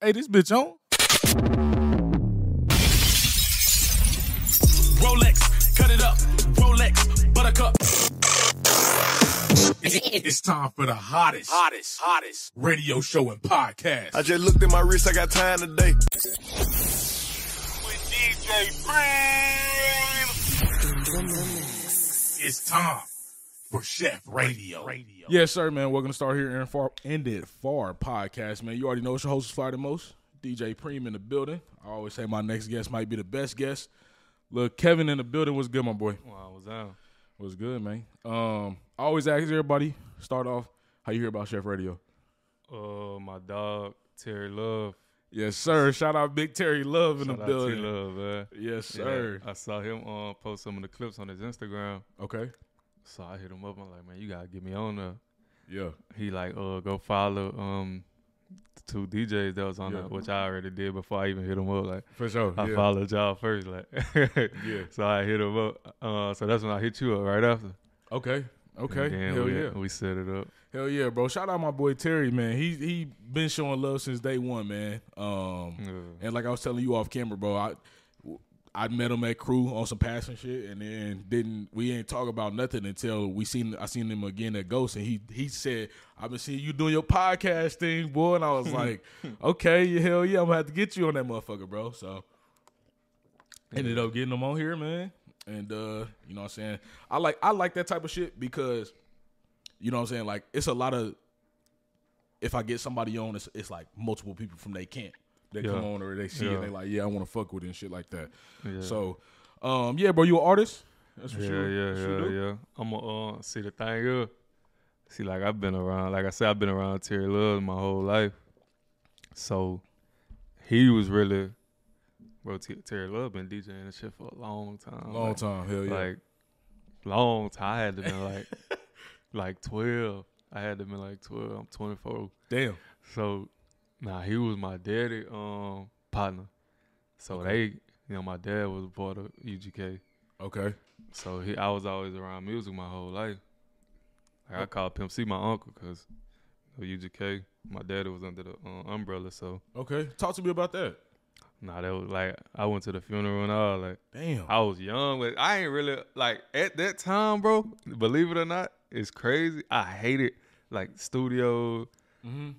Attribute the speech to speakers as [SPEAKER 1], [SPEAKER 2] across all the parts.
[SPEAKER 1] Hey, this bitch on.
[SPEAKER 2] Rolex, cut it up. Rolex, buttercup.
[SPEAKER 1] It's time for the hottest,
[SPEAKER 2] Hottest, hottest.
[SPEAKER 1] radio show and
[SPEAKER 3] I
[SPEAKER 1] podcast.
[SPEAKER 3] just looked at my wrist, I got time today.
[SPEAKER 2] With DJ Breeze.
[SPEAKER 1] It's time for Chef Radio. Radio. Yes, sir, man. Welcome to Start Here and Far Ended Far Podcast, man. You already know it's your host is Fly the Most. DJ Preem in the building. I always say my next guest might be the best guest. Look, Kevin in the building. What's good, my boy?
[SPEAKER 4] Wow, what's up?
[SPEAKER 1] What's good, man? Um, I always ask everybody, start off, how you hear about Chef Radio?
[SPEAKER 4] Uh, my dog Terry Love.
[SPEAKER 1] Yes, sir. Shout out Big Terry Love in
[SPEAKER 4] Shout
[SPEAKER 1] the
[SPEAKER 4] out Terry
[SPEAKER 1] building.
[SPEAKER 4] Love, man.
[SPEAKER 1] Yes,
[SPEAKER 4] Yeah,
[SPEAKER 1] sir.
[SPEAKER 4] I saw him uh, post some of the clips on his Instagram,
[SPEAKER 1] Okay.
[SPEAKER 4] so I hit him up. I'm like, man, you gotta get me on there.
[SPEAKER 1] Yeah.
[SPEAKER 4] He like, uh, go follow um the two DJs that was on
[SPEAKER 1] Yeah.
[SPEAKER 4] that, which I already did before I even hit him up. Like,
[SPEAKER 1] For sure.
[SPEAKER 4] I
[SPEAKER 1] yeah.
[SPEAKER 4] followed y'all first, like,
[SPEAKER 1] Yeah.
[SPEAKER 4] So I hit him up. Uh, so that's when I hit you up right after.
[SPEAKER 1] Okay. Okay.
[SPEAKER 4] And then
[SPEAKER 1] Hell
[SPEAKER 4] we,
[SPEAKER 1] yeah.
[SPEAKER 4] we set it up.
[SPEAKER 1] Hell yeah, bro. Shout out my boy Terry, man. He he been showing love since day one, man. Um
[SPEAKER 4] Yeah.
[SPEAKER 1] and like I was telling you off camera, bro, I I met him at crew on some passing shit and then didn't we ain't talk about nothing until we seen I seen him again at Ghost and he he said, I've been seeing you doing your podcast thing, boy. And I was like, Okay, hell yeah, I'm gonna have to get you on that motherfucker, bro. So ended up getting him on here, man. And uh, you know what I'm saying? I like I like that type of shit because you know what I'm saying? Like it's a lot of if I get somebody on, it's, it's like multiple people from they camp. They
[SPEAKER 4] Yeah.
[SPEAKER 1] come on or they see it,
[SPEAKER 4] Yeah.
[SPEAKER 1] they like, yeah, I want to fuck with it and shit like that.
[SPEAKER 4] Yeah.
[SPEAKER 1] So, um, yeah, bro, you an artist? That's for
[SPEAKER 4] Yeah,
[SPEAKER 1] sure.
[SPEAKER 4] yeah,
[SPEAKER 1] That's what you
[SPEAKER 4] yeah,
[SPEAKER 1] do?
[SPEAKER 4] yeah. I'm gonna uh, see the thing up. See, like I've been around, like I said, I've been around Terry Love my whole life. So he was really, bro. T- Terry Love been DJing this shit for a long time,
[SPEAKER 1] Long
[SPEAKER 4] like,
[SPEAKER 1] time, hell yeah.
[SPEAKER 4] like long time. I had to been like, like twelve. I had to been like twelve. I'm 24.
[SPEAKER 1] Damn.
[SPEAKER 4] So, nah, he was my daddy um partner. So they, you know, my dad was E a part of UGK.
[SPEAKER 1] Okay.
[SPEAKER 4] So he, I was always around music my whole life. Like I call Pimp C my uncle because UGK, my daddy was under the uh, umbrella. So
[SPEAKER 1] Okay. Talk to me about that.
[SPEAKER 4] nah, that was like I went to the funeral and all. Like
[SPEAKER 1] Damn.
[SPEAKER 4] I was young, but I ain't really like at that time, bro. Believe it or not, it's crazy. I hated like studio,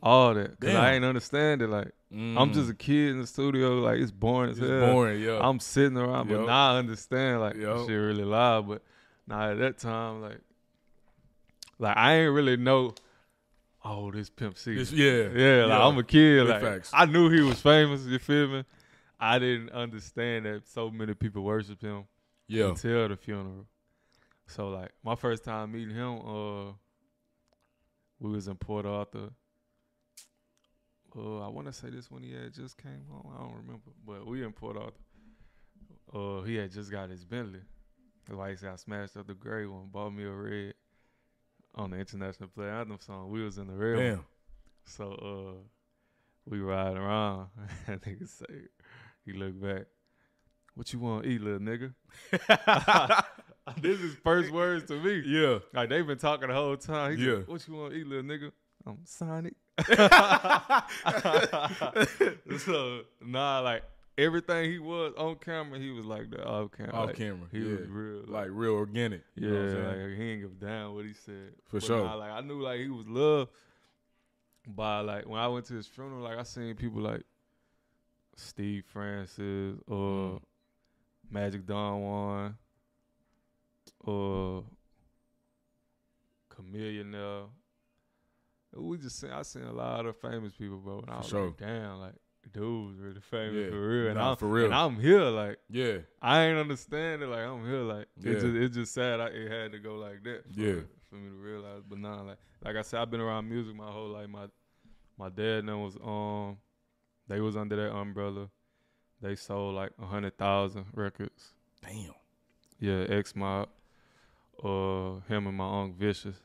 [SPEAKER 4] all that because I
[SPEAKER 1] Damn.
[SPEAKER 4] ain't understand it. Like I'm just a kid in the studio. Like it's boring as
[SPEAKER 1] Mm-hmm. Mm. It's
[SPEAKER 4] hell.
[SPEAKER 1] boring, yeah.
[SPEAKER 4] I'm sitting around,
[SPEAKER 1] Yup.
[SPEAKER 4] but now I understand like
[SPEAKER 1] Yup.
[SPEAKER 4] shit really loud. But now at that time, like, like I ain't really know. Oh, this Pimp C.
[SPEAKER 1] It's- yeah.
[SPEAKER 4] yeah. Like I'm a kid.
[SPEAKER 1] Big
[SPEAKER 4] Like
[SPEAKER 1] facts.
[SPEAKER 4] I knew he was famous. You feel me? I didn't understand that so many people worship him
[SPEAKER 1] Yeah.
[SPEAKER 4] until the funeral. So like my first time meeting him, uh, we was in Port Arthur. Uh, I want to say this when he had just came home. I don't remember, but we in Port Arthur. Uh, he had just got his Bentley. That's why he said I smashed up the gray one, bought me a red on the international play anthem song. We was in the red one.
[SPEAKER 1] Damn.
[SPEAKER 4] So uh we ride around. That nigga say he look back. What you want to eat, little nigga? this is first words to me.
[SPEAKER 1] Yeah.
[SPEAKER 4] Like they've been talking the whole time. He
[SPEAKER 1] Yeah.
[SPEAKER 4] Like, what you want to eat, little nigga? I'm Sonic. so nah, like everything he was on camera, he was like the off camera.
[SPEAKER 1] Off
[SPEAKER 4] Like,
[SPEAKER 1] camera.
[SPEAKER 4] He
[SPEAKER 1] yeah.
[SPEAKER 4] was real. Like,
[SPEAKER 1] Like real organic. You
[SPEAKER 4] yeah,
[SPEAKER 1] know what I'm saying?
[SPEAKER 4] like he ain't give a damn what he said.
[SPEAKER 1] For
[SPEAKER 4] But
[SPEAKER 1] sure.
[SPEAKER 4] nah, like I knew like he was loved by like when I went to his funeral, like I seen people like Steve Francis
[SPEAKER 1] Mm.
[SPEAKER 4] or Magic Don Juan or Chameleon now. We just seen I seen a lot of famous people, bro. And I
[SPEAKER 1] For
[SPEAKER 4] was
[SPEAKER 1] sure.
[SPEAKER 4] like, damn, like dude's really famous
[SPEAKER 1] Yeah.
[SPEAKER 4] for real. And
[SPEAKER 1] Nah,
[SPEAKER 4] I'm
[SPEAKER 1] for real.
[SPEAKER 4] And I'm here, like
[SPEAKER 1] yeah.
[SPEAKER 4] I ain't understand it. Like I'm here. Like
[SPEAKER 1] Yeah.
[SPEAKER 4] it's just it's just sad. I, it had to go like that. For,
[SPEAKER 1] Yeah.
[SPEAKER 4] For me to realize, but nah. Like like I said, I've been around music my whole life. My my dad and them was um, they was under that umbrella. They sold like a hundred thousand records.
[SPEAKER 1] Damn.
[SPEAKER 4] Yeah, X Mob, uh, him and my uncle Vicious.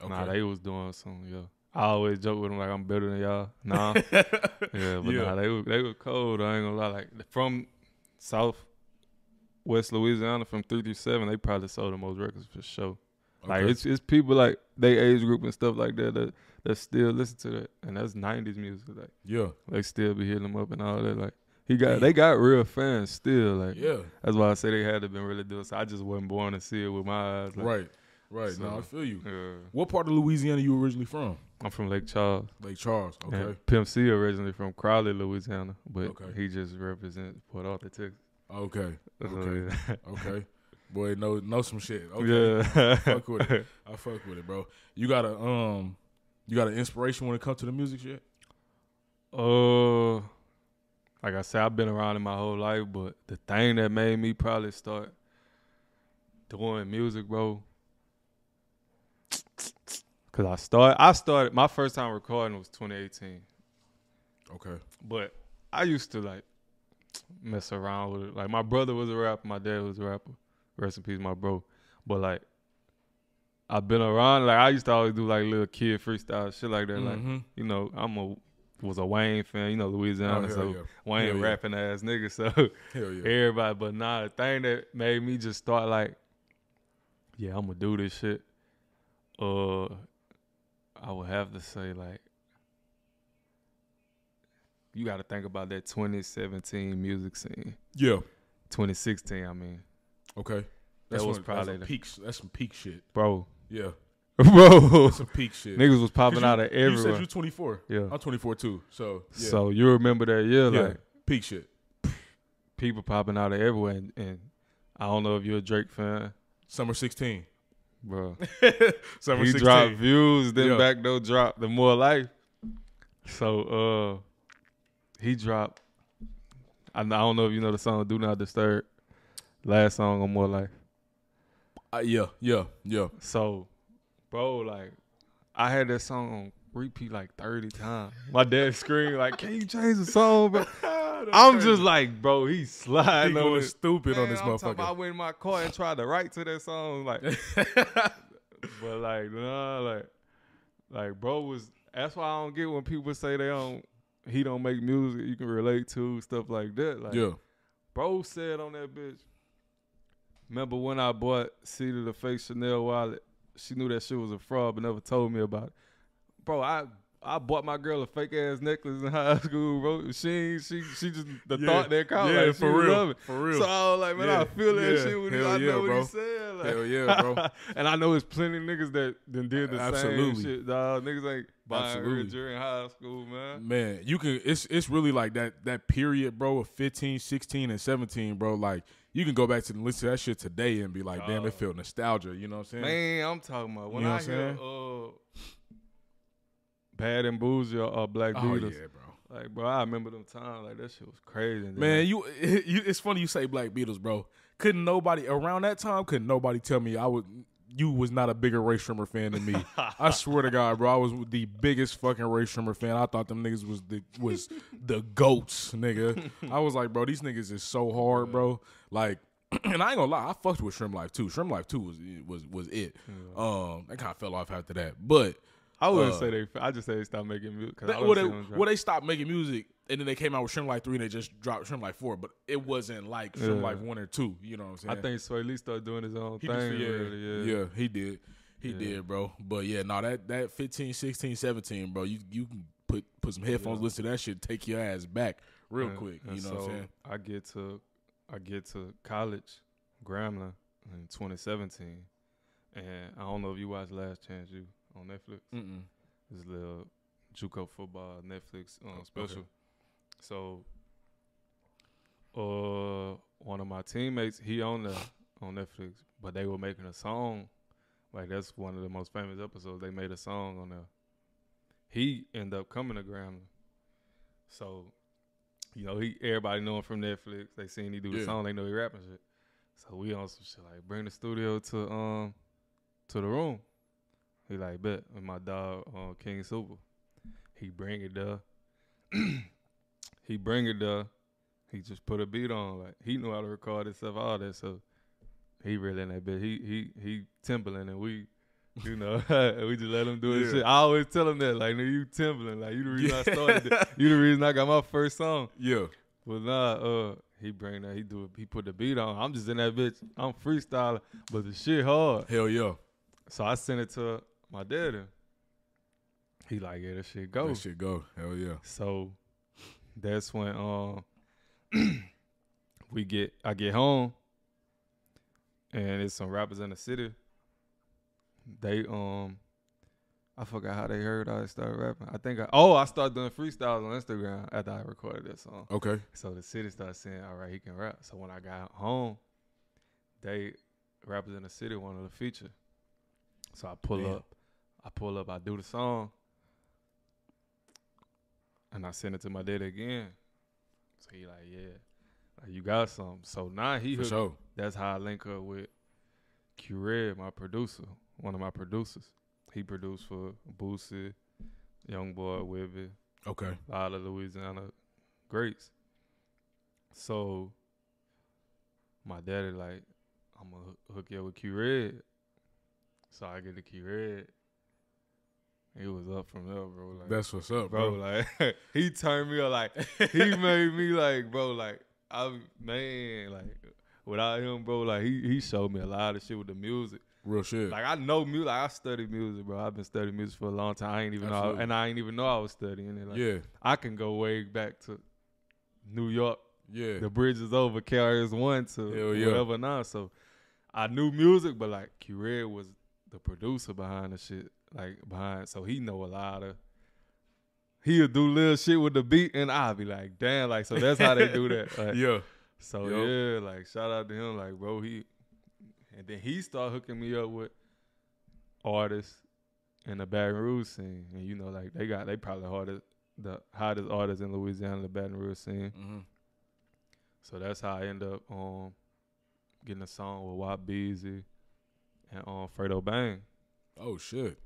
[SPEAKER 1] Okay.
[SPEAKER 4] Nah, they was doing some. Yeah. I always joke with them like I'm better than y'all. Nah. Yeah, but
[SPEAKER 1] Yeah.
[SPEAKER 4] nah, they were they were cold. I ain't gonna lie. Like from South West Louisiana, from three through seven, they probably sold the most records for sure. Like
[SPEAKER 1] Okay.
[SPEAKER 4] it's it's people like they age group and stuff like that that that still listen to that, and that's '90s music. Like
[SPEAKER 1] Yeah,
[SPEAKER 4] they still be hitting him up and all that. Like he got they got real fans still. Like
[SPEAKER 1] yeah,
[SPEAKER 4] that's why I say they had to been really doing. So I just wasn't born to see it with my eyes. Like, uh,
[SPEAKER 1] right, right.
[SPEAKER 4] So-
[SPEAKER 1] no, I feel you.
[SPEAKER 4] Yeah.
[SPEAKER 1] What part of Louisiana you originally from?
[SPEAKER 4] I'm from Lake Charles.
[SPEAKER 1] Lake Charles. Okay.
[SPEAKER 4] And Pimp C originally from Crowley, Louisiana, but
[SPEAKER 1] Okay.
[SPEAKER 4] he just represents Port Arthur, Texas.
[SPEAKER 1] Okay.
[SPEAKER 4] So,
[SPEAKER 1] Okay.
[SPEAKER 4] yeah.
[SPEAKER 1] Okay. Boy, know know some shit. Okay.
[SPEAKER 4] Yeah.
[SPEAKER 1] fuck with it. I fuck with it, bro. You got a um, you got an inspiration when it comes to the music shit.
[SPEAKER 4] Uh, like I said, I've been around in my whole life, but the thing that made me probably start doing music, bro, cause I start I started my first time recording was 2018,
[SPEAKER 1] Okay.
[SPEAKER 4] but I used to like mess around with it. Like my brother was a rapper, my dad was a rapper. Rest in peace, my bro. But like I've been around, like I used to always do like little kid freestyle shit like that, like
[SPEAKER 1] Mhm.
[SPEAKER 4] you know, I'm a was a Wayne fan, you know, Louisiana,
[SPEAKER 1] Oh, hell
[SPEAKER 4] so
[SPEAKER 1] yeah.
[SPEAKER 4] Wayne
[SPEAKER 1] Hell yeah.
[SPEAKER 4] rapping ass nigga, so
[SPEAKER 1] Hell yeah.
[SPEAKER 4] everybody. But nah, the thing that made me just start like, yeah, I'm gonna do this shit. Uh, I would have to say like, you got to think about that 2017 music scene,
[SPEAKER 1] Yeah.
[SPEAKER 4] 2016. I mean,
[SPEAKER 1] Okay.
[SPEAKER 4] was
[SPEAKER 1] one-
[SPEAKER 4] probably
[SPEAKER 1] that's
[SPEAKER 4] the-
[SPEAKER 1] some peak. That's some peak shit.
[SPEAKER 4] bro,
[SPEAKER 1] Yeah.
[SPEAKER 4] bro,
[SPEAKER 1] Some peak shit.
[SPEAKER 4] niggas
[SPEAKER 1] 'Cause
[SPEAKER 4] was popping
[SPEAKER 1] you-
[SPEAKER 4] out of
[SPEAKER 1] You said
[SPEAKER 4] everywhere.
[SPEAKER 1] you're 24.
[SPEAKER 4] Yeah.
[SPEAKER 1] I'm 24 too. So yeah.
[SPEAKER 4] So you remember that year,
[SPEAKER 1] yeah.
[SPEAKER 4] like
[SPEAKER 1] peak shit.
[SPEAKER 4] people popping out of everywhere, and, and I don't know if you're a Drake fan.
[SPEAKER 1] Summer 16.
[SPEAKER 4] Bro,
[SPEAKER 1] Summer
[SPEAKER 4] he
[SPEAKER 1] 16.
[SPEAKER 4] dropped views, then
[SPEAKER 1] Yeah.
[SPEAKER 4] back though dropped the more life. So uh he dropped I, I don't know if you know the song Do Not Disturb. Last song on More Life.
[SPEAKER 1] Uh, yeah. Yeah. Yeah.
[SPEAKER 4] So, bro, like I had that song on repeat like 30 times. My dad screamed, like, can you change the song, bro? I'm just like, bro, he's
[SPEAKER 1] He
[SPEAKER 4] sliding on
[SPEAKER 1] going
[SPEAKER 4] this
[SPEAKER 1] stupid on
[SPEAKER 4] Man,
[SPEAKER 1] this
[SPEAKER 4] I'm talking about I
[SPEAKER 1] motherfucker.
[SPEAKER 4] went in my car and tried to write to that song, like, but like, nah, like, like, bro was. That's why I don't get when people say they don't. He don't make music you can relate to stuff like that. Like,
[SPEAKER 1] Yeah.
[SPEAKER 4] bro said on that bitch. Remember when I bought Cedar the fake Chanel wallet? She knew that shit was a fraud, but never told me about it. Bro, I I bought my girl a fake ass necklace in high school, bro. She she she just the
[SPEAKER 1] Yeah.
[SPEAKER 4] thought that caught
[SPEAKER 1] Yeah,
[SPEAKER 4] like, she
[SPEAKER 1] for
[SPEAKER 4] was
[SPEAKER 1] real.
[SPEAKER 4] loving.
[SPEAKER 1] For real.
[SPEAKER 4] So uh, I was like, man,
[SPEAKER 1] Yeah.
[SPEAKER 4] I feel that
[SPEAKER 1] Yeah.
[SPEAKER 4] shit when he,
[SPEAKER 1] Hell
[SPEAKER 4] I know
[SPEAKER 1] yeah,
[SPEAKER 4] what
[SPEAKER 1] bro.
[SPEAKER 4] he said. Like,
[SPEAKER 1] Hell yeah, bro.
[SPEAKER 4] and I know it's plenty of niggas that then did the
[SPEAKER 1] Absolutely.
[SPEAKER 4] same shit, dog. Niggas ain't buying her
[SPEAKER 1] Absolutely.
[SPEAKER 4] during high school, man.
[SPEAKER 1] Man, you can it's it's really like that that period, bro, of 15, 16 and 17, bro, like you can go back to and listen to that shit today and be like, damn, it feel nostalgia, you know what I'm saying?
[SPEAKER 4] Man, I'm talking about when
[SPEAKER 1] You know
[SPEAKER 4] I
[SPEAKER 1] what I'm
[SPEAKER 4] hear uh, Bad and Boozy or uh, Black
[SPEAKER 1] Oh
[SPEAKER 4] Beatles.
[SPEAKER 1] yeah, bro.
[SPEAKER 4] Like, bro, I remember them times. Like, that shit was crazy. And then,
[SPEAKER 1] Man,
[SPEAKER 4] like,
[SPEAKER 1] you, you it's funny you say Black Beatles, bro. Couldn't nobody around that time couldn't nobody tell me I would you was not a bigger Ray Shrimmer fan than me. I swear to God, bro, I was the biggest fucking Ray Shrimmer fan. I thought them niggas was the was the goats, nigga. I was like, bro, these niggas is so hard, bro. Like, and I ain't gonna lie, I fucked with Shrimp Life too. Shrimp Life too was was was it. Um, that kind of fell off after that, but
[SPEAKER 4] I wouldn't
[SPEAKER 1] uh,
[SPEAKER 4] say they. I just say they stopped making music. Cause I
[SPEAKER 1] that,
[SPEAKER 4] don't
[SPEAKER 1] well,
[SPEAKER 4] see
[SPEAKER 1] they,
[SPEAKER 4] them drop.
[SPEAKER 1] well, they stopped making music, and then they came out with Shrimp Life three, and they just dropped Shrimp Life four. But it wasn't like Shrimp
[SPEAKER 4] Yeah.
[SPEAKER 1] Life one or two. You know what I'm saying?
[SPEAKER 4] I think Sway Lee started doing his own
[SPEAKER 1] he
[SPEAKER 4] thing.
[SPEAKER 1] just- yeah,
[SPEAKER 4] really, yeah.
[SPEAKER 1] yeah, he did, he did, bro. But yeah, no, that that 15, 16, 17, bro, you you can put put some headphones, listen to that shit, take your ass back real
[SPEAKER 4] And-
[SPEAKER 1] quick.
[SPEAKER 4] and
[SPEAKER 1] You know what I'm
[SPEAKER 4] so
[SPEAKER 1] saying?
[SPEAKER 4] I get to, I get to college, Grambling in 2017, and I don't know if you watched Last Chance You on Netflix.
[SPEAKER 1] Mm-mm.
[SPEAKER 4] This little JUCO football Netflix
[SPEAKER 1] Oh,
[SPEAKER 4] um, special. So, uh, one of my teammates, he on the on Netflix, but they were making a song. Like that's one of the most famous episodes. They made a song on there. He ended up coming to Grambling. So, you know, he everybody know him from Netflix. They seen he do the
[SPEAKER 1] Yeah.
[SPEAKER 4] song. They know he rapping shit. So we on some shit like bring the studio to um to the room. He like bet with my dog uh, King Super. He bring it there. he bring it there. He just put a beat on. Like he knew how to record and stuff, all that. So he really in that bit. He he he timbling and we. You know, we just let him do his
[SPEAKER 1] Yeah.
[SPEAKER 4] shit. I always tell him that, like, nigga, you timbling, like, you the reason I started. This. You the reason I got my first song.
[SPEAKER 1] Yeah,
[SPEAKER 4] But nah, uh, he bring that, he do it, he put the beat on. I'm just in that bitch. I'm freestyling, but the shit hard.
[SPEAKER 1] hell yeah,
[SPEAKER 4] So I sent it to my dad. and He like, yeah, that shit
[SPEAKER 1] Oh.
[SPEAKER 4] go.
[SPEAKER 1] That shit go. Hell yeah.
[SPEAKER 4] So that's when um we get I get home and it's some rappers in the city. They um I forgot how they heard I started rapping. I think I oh I started doing freestyles on Instagram after I recorded that song.
[SPEAKER 1] Okay.
[SPEAKER 4] So the city started saying, All right, he can rap. So when I got home, they rappers in the city wanted a feature. So I pull
[SPEAKER 1] Damn.
[SPEAKER 4] up, I pull up, I do the song, and I send it to my daddy again. So he like, yeah, like, you got something. So now he
[SPEAKER 1] For
[SPEAKER 4] hooked,
[SPEAKER 1] sure.
[SPEAKER 4] that's how I link up with Q Red, my producer, one of my producers. He produced for Boosie, Young Boy, Webby,
[SPEAKER 1] Okay.
[SPEAKER 4] a lot of Louisiana greats. So my daddy like, I'm gonna hook you up with Q Red. So I get to Q Red. It was up from there, bro. Like,
[SPEAKER 1] That's what's up,
[SPEAKER 4] bro,
[SPEAKER 1] bro.
[SPEAKER 4] like he turned me up, like he made me like, bro, like I man, like without him, bro, like he he showed me a lot of shit with the music.
[SPEAKER 1] Real shit.
[SPEAKER 4] Like I know music, like I study music, bro. I've been studying music for a long time. I ain't even know,
[SPEAKER 1] Absolutely.
[SPEAKER 4] and I ain't even know I was studying it. Like,
[SPEAKER 1] yeah.
[SPEAKER 4] I can go way back to New York.
[SPEAKER 1] Yeah.
[SPEAKER 4] The bridge is over, carriers one to
[SPEAKER 1] Hell yeah.
[SPEAKER 4] whatever now. So I knew music, but like Q Red was the producer behind the shit. Like behind so he know a lot of he'll do little shit with the beat and I'll be like, damn, like so that's how they do that. Like,
[SPEAKER 1] yeah.
[SPEAKER 4] So
[SPEAKER 1] Yup.
[SPEAKER 4] yeah, like shout out to him, like bro, he and then he started hooking me up with artists in the Baton Rouge scene, and you know like they got they probably hardest the hottest artists in Louisiana, the Baton Rouge scene.
[SPEAKER 1] hmm
[SPEAKER 4] So that's how I end up um getting a song with Wap Beezy and um Fredo Bang.
[SPEAKER 1] Oh shit.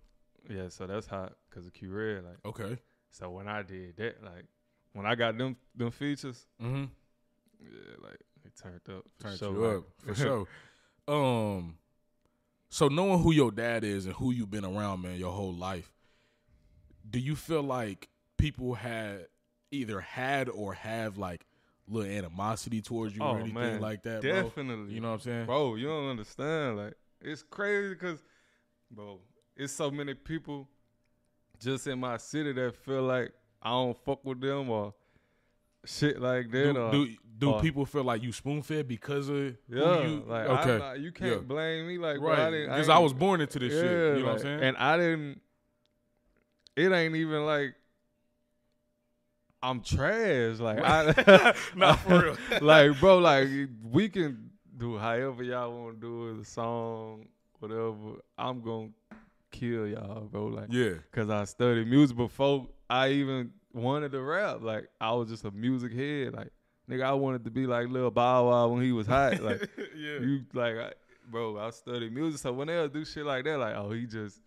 [SPEAKER 4] Yeah, so that's how because of Q Red. Like
[SPEAKER 1] Okay.
[SPEAKER 4] so when I did that, like when I got them them features,
[SPEAKER 1] Mm-hmm.
[SPEAKER 4] yeah, like it turned up, for
[SPEAKER 1] Turned
[SPEAKER 4] sure,
[SPEAKER 1] you
[SPEAKER 4] like-
[SPEAKER 1] up for sure. Um, so knowing who your dad is and who you've been around, man, your whole life, do you feel like people had either had or have like little animosity towards you
[SPEAKER 4] Oh,
[SPEAKER 1] or anything
[SPEAKER 4] man,
[SPEAKER 1] like that, bro?
[SPEAKER 4] Definitely.
[SPEAKER 1] You know what I'm saying?
[SPEAKER 4] bro, you don't understand. Like, it's crazy because, bro, it's so many people just in my city that feel like I don't fuck with them or shit like that.
[SPEAKER 1] Do
[SPEAKER 4] or,
[SPEAKER 1] do, do
[SPEAKER 4] or-
[SPEAKER 1] people feel like you spoon fed because of
[SPEAKER 4] uh, yeah,
[SPEAKER 1] who you?
[SPEAKER 4] like
[SPEAKER 1] okay,
[SPEAKER 4] I'm not, you can't
[SPEAKER 1] Yeah.
[SPEAKER 4] blame me. Like, bro, I
[SPEAKER 1] right?
[SPEAKER 4] didn't
[SPEAKER 1] Because I,
[SPEAKER 4] ain't-
[SPEAKER 1] was born into this shit. You know what I'm
[SPEAKER 4] like,
[SPEAKER 1] saying?
[SPEAKER 4] And I didn't. It ain't even like I'm trash. Like I,
[SPEAKER 1] Not for real.
[SPEAKER 4] like bro, like we can do however y'all want to do it, a song, whatever. I'm gonna kill y'all, bro. Like
[SPEAKER 1] yeah,
[SPEAKER 4] Cause I studied music before I even wanted to rap. Like I was just a music head. Like nigga, I wanted to be like Lil Bow Wow when he was hot. Like you like, I, bro, I studied music. So when they do shit like that, like oh he just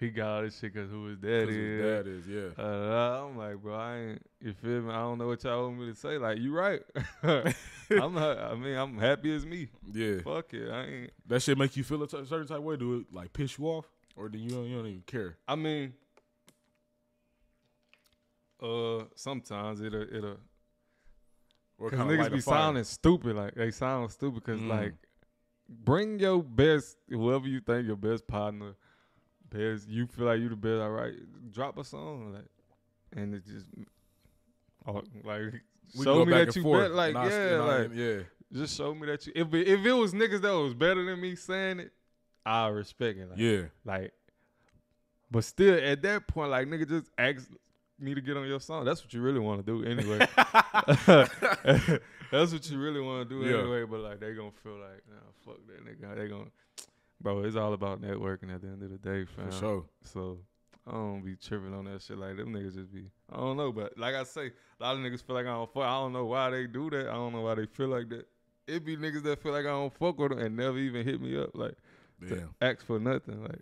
[SPEAKER 4] he got all this shit cause who his dad
[SPEAKER 1] 'Cause his
[SPEAKER 4] is.
[SPEAKER 1] dad is yeah.
[SPEAKER 4] Uh, I'm like, bro, I ain't. You feel me? I don't know what y'all want me to say. Like you right. I'm. ha- I mean, I'm happy as me.
[SPEAKER 1] Yeah,
[SPEAKER 4] Fuck it. I ain't.
[SPEAKER 1] that shit make you feel a t- certain type of way. Do it like piss you off, or do you don't, you don't even care?
[SPEAKER 4] I mean, uh, sometimes it'll it'll
[SPEAKER 1] Or
[SPEAKER 4] Cause
[SPEAKER 1] kinda
[SPEAKER 4] niggas
[SPEAKER 1] light a
[SPEAKER 4] be
[SPEAKER 1] fire?
[SPEAKER 4] sounding stupid, like they sound stupid. Cause
[SPEAKER 1] Mm.
[SPEAKER 4] like, bring your best, whoever you think your best partner, best you feel like you the best. All right, drop a song, like, and it just, oh, like,
[SPEAKER 1] We
[SPEAKER 4] show
[SPEAKER 1] go
[SPEAKER 4] me
[SPEAKER 1] back
[SPEAKER 4] that
[SPEAKER 1] and
[SPEAKER 4] you
[SPEAKER 1] forth,
[SPEAKER 4] bet, like,
[SPEAKER 1] and I-
[SPEAKER 4] yeah,
[SPEAKER 1] and I-
[SPEAKER 4] like,
[SPEAKER 1] yeah,
[SPEAKER 4] just show me that you. If it, if it was niggas that was better than me saying it, I respect it, like,
[SPEAKER 1] yeah,
[SPEAKER 4] like, but still at that point, like, nigga, just ask me to get on your song. That's what you really want to do anyway. That's what you really want to do
[SPEAKER 1] Yeah.
[SPEAKER 4] anyway, but like they gonna feel like, nah, fuck that nigga. They gonna, bro. It's all about networking at the end of the day, fam.
[SPEAKER 1] for sure.
[SPEAKER 4] So I don't be tripping on that shit like them niggas just be. I don't know, but like I say, a lot of niggas feel like I don't fuck. I don't know why they do that. I don't know why they feel like that. It be niggas that feel like I don't fuck with them and never even hit me up like to
[SPEAKER 1] Damn,
[SPEAKER 4] ask for nothing, like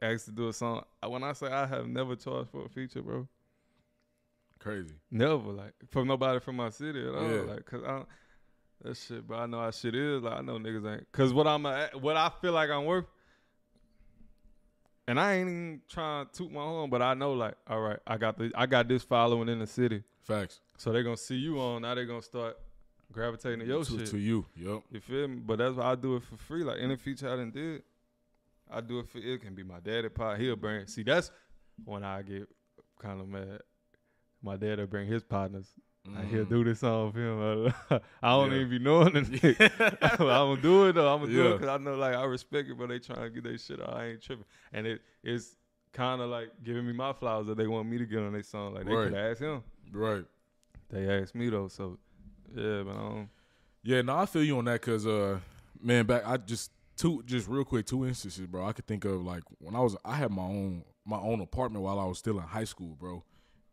[SPEAKER 4] ask to do a song. When I say I have never charged for a feature, bro.
[SPEAKER 1] crazy.
[SPEAKER 4] Never like from nobody from my city at all.
[SPEAKER 1] Yeah.
[SPEAKER 4] Like, cause I don't- that shit, bro. I know how shit is. Like, I know niggas ain't. Cause what I'm, a- what I feel like I'm worth, and I ain't even trying to toot my horn, but I know like, all right, I got the, I got this following in the city,
[SPEAKER 1] Facts
[SPEAKER 4] so they gonna see you on. Now they gonna start gravitating to your
[SPEAKER 1] to,
[SPEAKER 4] shit.
[SPEAKER 1] to you. Yep.
[SPEAKER 4] You feel me? But that's why I do it for free. Like any feature I done did, I do it for it can be my daddy pot. He'll bring. See, that's when I get kind of mad. My dad will bring his partners. Like, he'll
[SPEAKER 1] Mhm.
[SPEAKER 4] do this on film. I don't
[SPEAKER 1] Yeah.
[SPEAKER 4] even be knowing the nigga. I'm gonna do it though. I'm gonna do it
[SPEAKER 1] Yeah.
[SPEAKER 4] because I know like I respect it, but they trying to get their shit. Out. I ain't tripping, and it it's kind of like giving me my flowers that they want me to get on their song. Like they
[SPEAKER 1] Right.
[SPEAKER 4] could ask him.
[SPEAKER 1] Right.
[SPEAKER 4] They asked me though, so yeah. But um, I don't.
[SPEAKER 1] Yeah, no, I feel you on that because, uh, man, back I just two, just real quick, two instances, bro. I could think of like when I was, I had my own my own apartment while I was still in high school, bro,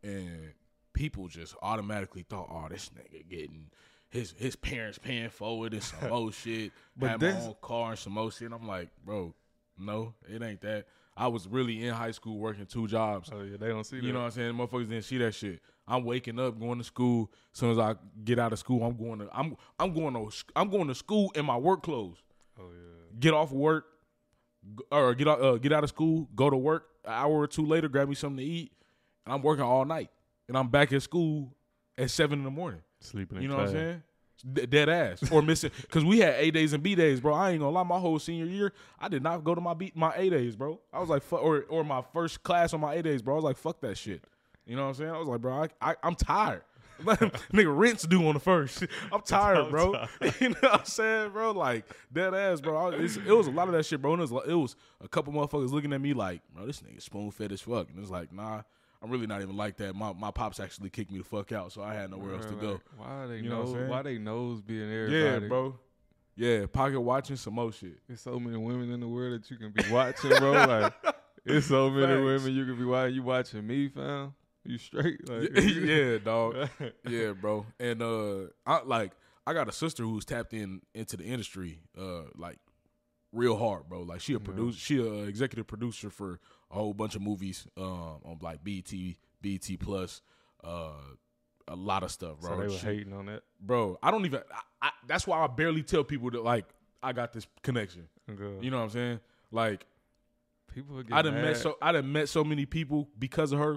[SPEAKER 1] and people just automatically thought, oh, this nigga getting. His, his parents paying for it and some old shit.
[SPEAKER 4] But
[SPEAKER 1] had
[SPEAKER 4] this-
[SPEAKER 1] my own car and some old shit. I'm like, bro, no, it ain't that. I was really in high school working two jobs.
[SPEAKER 4] Oh yeah, they don't see that.
[SPEAKER 1] You know what I'm saying? Motherfuckers didn't see that shit. I'm waking up, going to school. As soon as I get out of school, I'm going to I'm I'm going to sch- I'm going to school in my work clothes.
[SPEAKER 4] oh yeah.
[SPEAKER 1] Get off work, g- or get out uh, get out of school, go to work. An hour or two later, grab me something to eat, and I'm working all night. And I'm back at school at seven in the morning.
[SPEAKER 4] Sleeping. In
[SPEAKER 1] You know
[SPEAKER 4] class.
[SPEAKER 1] what I'm saying? D- dead ass or missing because we had A days and B days, bro. I ain't gonna lie, my whole senior year, I did not go to my B my A days, bro. I was like, fuck, or or my first class on my A days, bro. I was like, fuck that shit. You know what I'm saying? I was like, bro, I, I I'm tired. Nigga, rent's due on the first. I'm tired, bro. you know what I'm saying, bro? Like dead ass, bro. I, it's, it was a lot of that shit, bro. And it was, li- it was a couple motherfuckers looking at me like, bro, this nigga spoon fed as fuck. And it's like, nah, I'm really not even like that. My my pops actually kicked me the fuck out, so I had nowhere else to
[SPEAKER 4] Like,
[SPEAKER 1] go.
[SPEAKER 4] Why they
[SPEAKER 1] You know what I'm
[SPEAKER 4] nose?
[SPEAKER 1] saying?
[SPEAKER 4] Why they nose being
[SPEAKER 1] Yeah,
[SPEAKER 4] everybody?
[SPEAKER 1] bro. Yeah, pocket watching some more shit.
[SPEAKER 4] There's so many women in the world that you can be watching, bro. Like, it's so many
[SPEAKER 1] Facts.
[SPEAKER 4] women you can be watching. You watching me, fam? You straight? Like,
[SPEAKER 1] yeah, dog. Yeah, bro. And uh I like I got a sister who's tapped in into the industry uh like real hard, bro. Like she a producer, she a executive producer for a whole bunch of movies um on like BT, BT Plus, uh a lot of stuff,
[SPEAKER 4] So
[SPEAKER 1] bro.
[SPEAKER 4] they were
[SPEAKER 1] She-
[SPEAKER 4] hating on that.
[SPEAKER 1] bro, I don't even I, I, that's why I barely tell people that like I got this connection.
[SPEAKER 4] Girl.
[SPEAKER 1] You know what I'm saying? Like
[SPEAKER 4] people would get
[SPEAKER 1] I done
[SPEAKER 4] mad.
[SPEAKER 1] met so I done met so many people because of her.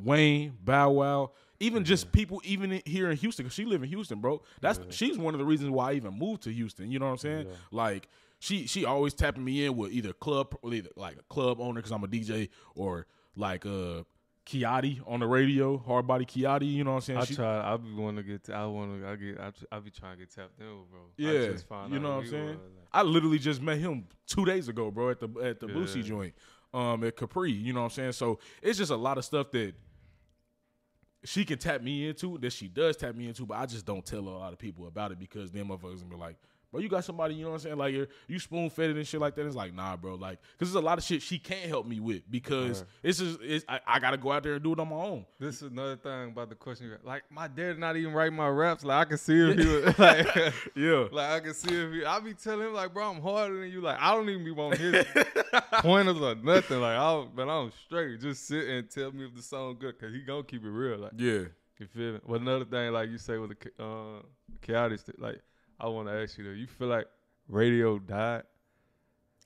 [SPEAKER 1] Wayne, Bow Wow, even just people even in- here in Houston, cause she live in Houston, bro. That's she's one of the reasons why I even moved to Houston. You know what I'm saying? Like she she always tapping me in with either club or either like a club owner because I'm a DJ or like uh Kiati on the radio, hard body Kiati. You know what I'm saying?
[SPEAKER 4] I
[SPEAKER 1] She-
[SPEAKER 4] try. I be want to get. I want to. I get. I, tr- I be trying to get tapped in, with, bro. I
[SPEAKER 1] yeah,
[SPEAKER 4] just found
[SPEAKER 1] you
[SPEAKER 4] out
[SPEAKER 1] know
[SPEAKER 4] who
[SPEAKER 1] what I'm
[SPEAKER 4] you
[SPEAKER 1] saying?
[SPEAKER 4] was, like,
[SPEAKER 1] I literally just met him two days ago, bro, at the at the
[SPEAKER 4] Yeah.
[SPEAKER 1] Boosie joint, um, at Capri. You know what I'm saying? So it's just a lot of stuff that she can tap me into that she does tap me into, but I just don't tell a lot of people about it because them motherfuckers gonna be like, bro, you got somebody, you know what I'm saying? Like you're- you spoon fed it and shit like that. It's like, nah, bro, like because there's a lot of shit she can't help me with because it's just it's, I, I gotta go out there and do it on my own.
[SPEAKER 4] This is another thing about the question. you got. Like my dad not even write my raps. Like I can see if he was, like,
[SPEAKER 1] Yeah.
[SPEAKER 4] like I can see if he. I be telling him like, bro, I'm harder than you. Like I don't even be wanting his pointers or nothing. Like I, but I'm straight. Just sit and tell me if the song good, cause he gonna keep it real. Like
[SPEAKER 1] Yeah.
[SPEAKER 4] you feel me? Well, another thing like you say with the K- uh, chaotic, st- like I want to ask you though. You feel like radio died?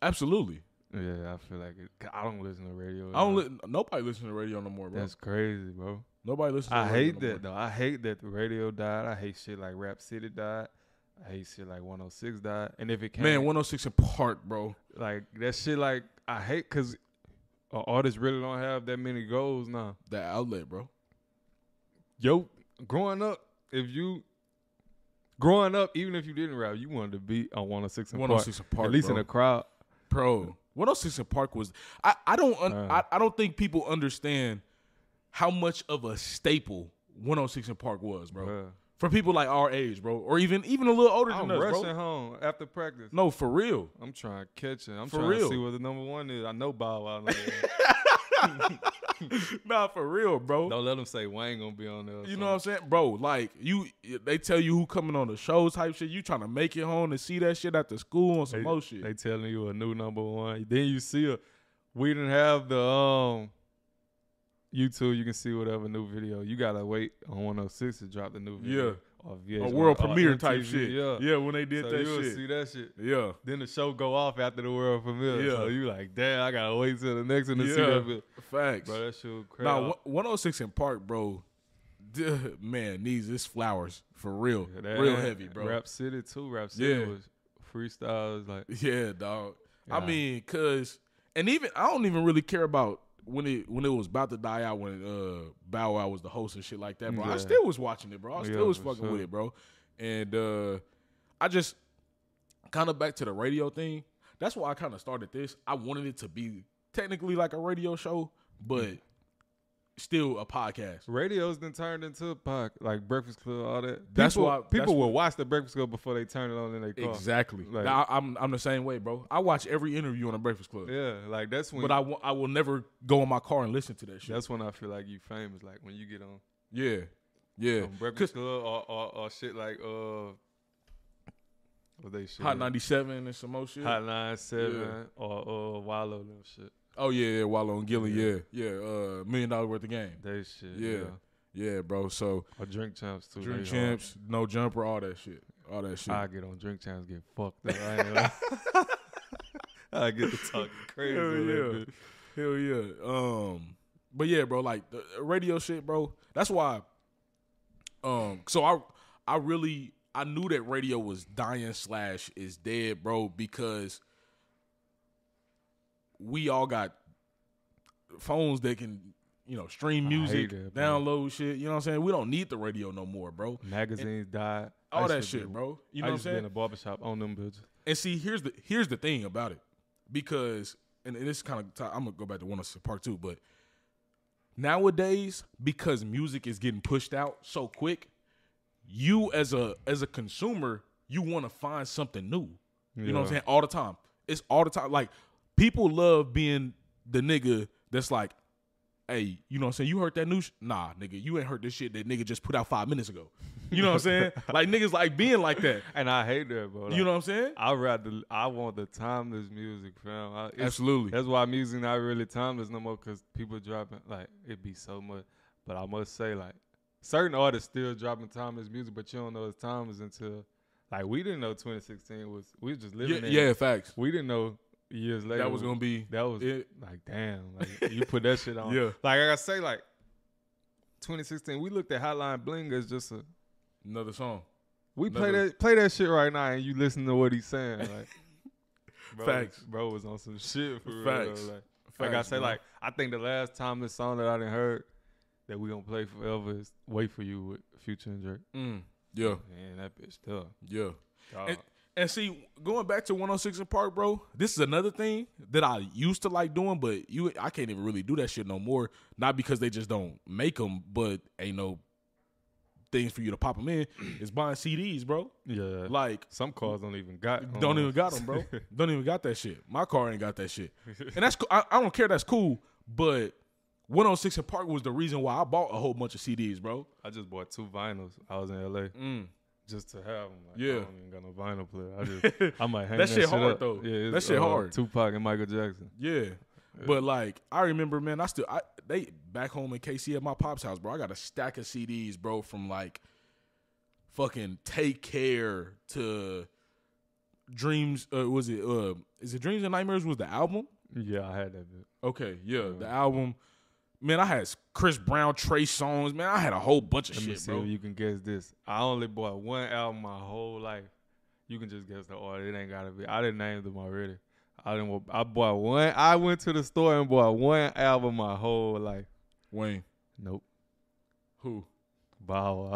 [SPEAKER 1] Absolutely.
[SPEAKER 4] Yeah, I feel like it. 'Cause I don't listen to radio.
[SPEAKER 1] I don't
[SPEAKER 4] now.
[SPEAKER 1] li- nobody listen to radio no more, bro.
[SPEAKER 4] That's crazy, bro.
[SPEAKER 1] Nobody listens to
[SPEAKER 4] I
[SPEAKER 1] radio
[SPEAKER 4] hate
[SPEAKER 1] no more.
[SPEAKER 4] that though. I hate that the radio died. I hate shit like Rap City died. I hate shit like 106 died. And if it came,
[SPEAKER 1] Man, 106 in Park, bro.
[SPEAKER 4] like that shit, like I hate because artists really don't have that many goals now.
[SPEAKER 1] That outlet, bro.
[SPEAKER 4] Yo, growing up, if you growing up, even if you didn't rap, you wanted to be on 106 and
[SPEAKER 1] 106
[SPEAKER 4] Park,
[SPEAKER 1] and Park,
[SPEAKER 4] at least in
[SPEAKER 1] bro.
[SPEAKER 4] a crowd.
[SPEAKER 1] Bro, 106 in Park was. I, I don't un,
[SPEAKER 4] Uh.
[SPEAKER 1] I, I don't think people understand how much of a staple 106 in Park was, bro.
[SPEAKER 4] Bruh.
[SPEAKER 1] For people like our age, bro, or even even a little older
[SPEAKER 4] Uh. I'm
[SPEAKER 1] than us,
[SPEAKER 4] rushing
[SPEAKER 1] bro.
[SPEAKER 4] home after practice.
[SPEAKER 1] No, for real.
[SPEAKER 4] I'm trying to catch it. I'm
[SPEAKER 1] For
[SPEAKER 4] trying to
[SPEAKER 1] real.
[SPEAKER 4] see what the number one is. I know Bow Wow. number one.
[SPEAKER 1] nah, for real, bro.
[SPEAKER 4] don't let them say Wayne gonna be on there. or
[SPEAKER 1] You know what I'm saying, bro? Like you, they tell you who coming on the show type shit. You trying to make it home and see that shit after school on some
[SPEAKER 4] They-
[SPEAKER 1] more shit.
[SPEAKER 4] They telling you a new number one. Then you see a we didn't have the um YouTube, you can see whatever new video. You gotta wait on 106 to drop the new video.
[SPEAKER 1] Yeah.
[SPEAKER 4] Or VH1
[SPEAKER 1] a world
[SPEAKER 4] or
[SPEAKER 1] premiere type
[SPEAKER 4] MTV,
[SPEAKER 1] shit.
[SPEAKER 4] Yeah.
[SPEAKER 1] yeah, when they did
[SPEAKER 4] So
[SPEAKER 1] that
[SPEAKER 4] you'll
[SPEAKER 1] shit.
[SPEAKER 4] see that shit.
[SPEAKER 1] Yeah.
[SPEAKER 4] Then the show go off after the world premiere.
[SPEAKER 1] Yeah.
[SPEAKER 4] So you like, damn, I gotta wait till the next one to see
[SPEAKER 1] Yeah.
[SPEAKER 4] that. bit."
[SPEAKER 1] Facts.
[SPEAKER 4] Bro, that shit was crazy.
[SPEAKER 1] Now, one- 106 in Park, bro. duh, man, needs its flowers for real,
[SPEAKER 4] That-
[SPEAKER 1] real heavy, bro.
[SPEAKER 4] Rap City too. Rap City
[SPEAKER 1] Yeah.
[SPEAKER 4] was freestyles like
[SPEAKER 1] Yeah, dog. I
[SPEAKER 4] Yeah.
[SPEAKER 1] mean, cause and even I don't even really care about when it when it was about to die out when uh Bow Wow was the host and shit like that, bro.
[SPEAKER 4] Yeah.
[SPEAKER 1] I still was watching it, bro. I still
[SPEAKER 4] Yeah,
[SPEAKER 1] was
[SPEAKER 4] for
[SPEAKER 1] fucking
[SPEAKER 4] sure.
[SPEAKER 1] with it, bro. And uh I just kind of back to the radio thing. That's why I kind of started this. I wanted it to be technically like a radio show,
[SPEAKER 4] Mm.
[SPEAKER 1] but still a podcast.
[SPEAKER 4] Radio's been turned into a podcast, like Breakfast Club, all that.
[SPEAKER 1] That's
[SPEAKER 4] people,
[SPEAKER 1] why- that's
[SPEAKER 4] people will
[SPEAKER 1] why-
[SPEAKER 4] watch the Breakfast Club before they turn it on in their car.
[SPEAKER 1] Exactly.
[SPEAKER 4] Like-
[SPEAKER 1] Nah, I, am I'm the same way, bro. I watch every interview on the Breakfast Club,
[SPEAKER 4] Yeah, like that's when.
[SPEAKER 1] but I wa- I will never go in my car and listen to that shit.
[SPEAKER 4] that's when I feel like you famous. Like when you get on,
[SPEAKER 1] yeah, yeah.
[SPEAKER 4] on Breakfast Club or, or, or shit like uh, what they shit
[SPEAKER 1] Hot
[SPEAKER 4] is?
[SPEAKER 1] ninety seven and some more shit.
[SPEAKER 4] Hot nine seven or uh Wallow them shit.
[SPEAKER 1] Oh yeah, yeah, Wallow and Gilly, yeah, yeah, uh, million dollar worth of game,
[SPEAKER 4] They shit.
[SPEAKER 1] yeah, yeah, bro. So
[SPEAKER 4] Or drink champs too.
[SPEAKER 1] Dream
[SPEAKER 4] they hard.
[SPEAKER 1] Champs, no jumper, all that shit, all that shit.
[SPEAKER 4] uh, I get on drink champs, get fucked up. I, ain't like- I get to talk crazy.
[SPEAKER 1] Hell
[SPEAKER 4] with that
[SPEAKER 1] yeah.
[SPEAKER 4] bitch.
[SPEAKER 1] Hell yeah. Um, but yeah, bro, like the the radio shit, bro. That's why. Um, so I, I really, I knew that radio was dying slash is dead, bro, because we all got phones that can, you know, stream music,
[SPEAKER 4] that, bro.
[SPEAKER 1] download shit. You know what I'm saying? We don't need the radio no more, bro.
[SPEAKER 4] Magazines died. I
[SPEAKER 1] All
[SPEAKER 4] used
[SPEAKER 1] that
[SPEAKER 4] to
[SPEAKER 1] shit,
[SPEAKER 4] be-
[SPEAKER 1] bro. You know
[SPEAKER 4] I
[SPEAKER 1] what I'm
[SPEAKER 4] used to be in
[SPEAKER 1] saying?
[SPEAKER 4] a barbershop on them bitches.
[SPEAKER 1] And see, here's the here's the thing about it, because and, and this kind of t- I'm gonna go back to one of part two, but nowadays because music is getting pushed out so quick, you as a as a consumer you want to find something new. You know what I'm
[SPEAKER 4] Yeah.
[SPEAKER 1] saying? All the time. It's all the time. Like people love being the nigga that's like, hey, you know what I'm saying? You heard that new? Sh-? Nah, nigga, you ain't heard this shit that nigga just put out five minutes ago. You know what I'm saying? like niggas like being like that.
[SPEAKER 4] And I hate that, bro. Like,
[SPEAKER 1] You know what I'm saying?
[SPEAKER 4] I rather I want the timeless music, fam. I, it's-
[SPEAKER 1] Absolutely.
[SPEAKER 4] That's why music not really timeless no more, cause people dropping like it be so much. But I must say, like certain artists still dropping timeless music, but you don't know it's timeless until like we didn't know 2016 was. We was just
[SPEAKER 1] Yeah,
[SPEAKER 4] living. in it.
[SPEAKER 1] yeah, facts.
[SPEAKER 4] We didn't know years later
[SPEAKER 1] That was gonna be
[SPEAKER 4] That was
[SPEAKER 1] it.
[SPEAKER 4] like damn. Like you put that shit on.
[SPEAKER 1] Yeah.
[SPEAKER 4] Like, I say, like 2016, we looked at Hotline Bling as just a
[SPEAKER 1] another song.
[SPEAKER 4] we play
[SPEAKER 1] Another-
[SPEAKER 4] that play that shit right now, and you listen to what he's saying. Like, bro,
[SPEAKER 1] Facts.
[SPEAKER 4] bro was on some shit for real.
[SPEAKER 1] Facts.
[SPEAKER 4] though, Like, like I
[SPEAKER 1] Facts,
[SPEAKER 4] say,
[SPEAKER 1] bro.
[SPEAKER 4] like I think the last time this song that I didn't heard that we gonna play forever is "Wait for You" with Future and Drake.
[SPEAKER 1] Mm. Yeah,
[SPEAKER 4] Man, that bitch tough.
[SPEAKER 1] yeah.
[SPEAKER 4] dog.
[SPEAKER 1] And, and see, going back to 106 and Park, bro, this is another thing that I used to like doing, but you, I can't even really do that shit no more. Not because they just don't make them, but ain't no things for you to pop them in. It's buying CDs, bro.
[SPEAKER 4] yeah, like
[SPEAKER 1] Like
[SPEAKER 4] some cars don't even got
[SPEAKER 1] Don't even got them, bro. don't even got that shit. My car ain't got that shit. And that's cool. I, I don't care. That's cool. But 106 and Park was the reason why I bought a whole bunch of CDs, bro.
[SPEAKER 4] I just bought two vinyls. I was in L.A.
[SPEAKER 1] Mm.
[SPEAKER 4] just to have them. Like,
[SPEAKER 1] Yeah.
[SPEAKER 4] I don't even got no vinyl player. I just I might hang
[SPEAKER 1] That
[SPEAKER 4] that,
[SPEAKER 1] shit hard,
[SPEAKER 4] up.
[SPEAKER 1] though.
[SPEAKER 4] Yeah,
[SPEAKER 1] That
[SPEAKER 4] it's,
[SPEAKER 1] shit
[SPEAKER 4] uh,
[SPEAKER 1] hard.
[SPEAKER 4] Tupac and Michael Jackson.
[SPEAKER 1] Yeah. But like I remember, man, I still I they back home in KC at my pop's house, bro. I got a stack of CDs, bro, from like fucking Take Care to Dreams. Uh, was it uh is it Dreams and Nightmares was the album?
[SPEAKER 4] Yeah, I had that. Bit.
[SPEAKER 1] Okay, yeah, the album. Man, I had Chris Brown, Trey songs. Man, I had a whole bunch of
[SPEAKER 4] Let me
[SPEAKER 1] shit,
[SPEAKER 4] see
[SPEAKER 1] bro.
[SPEAKER 4] if you can guess this. I only bought one album my whole life. You can just guess the order. It ain't gotta be. I didn't name them already. I didn't. wa- I bought one. I went to the store and bought one album my whole life.
[SPEAKER 1] Wayne,
[SPEAKER 4] Nope.
[SPEAKER 1] who?
[SPEAKER 4] Bow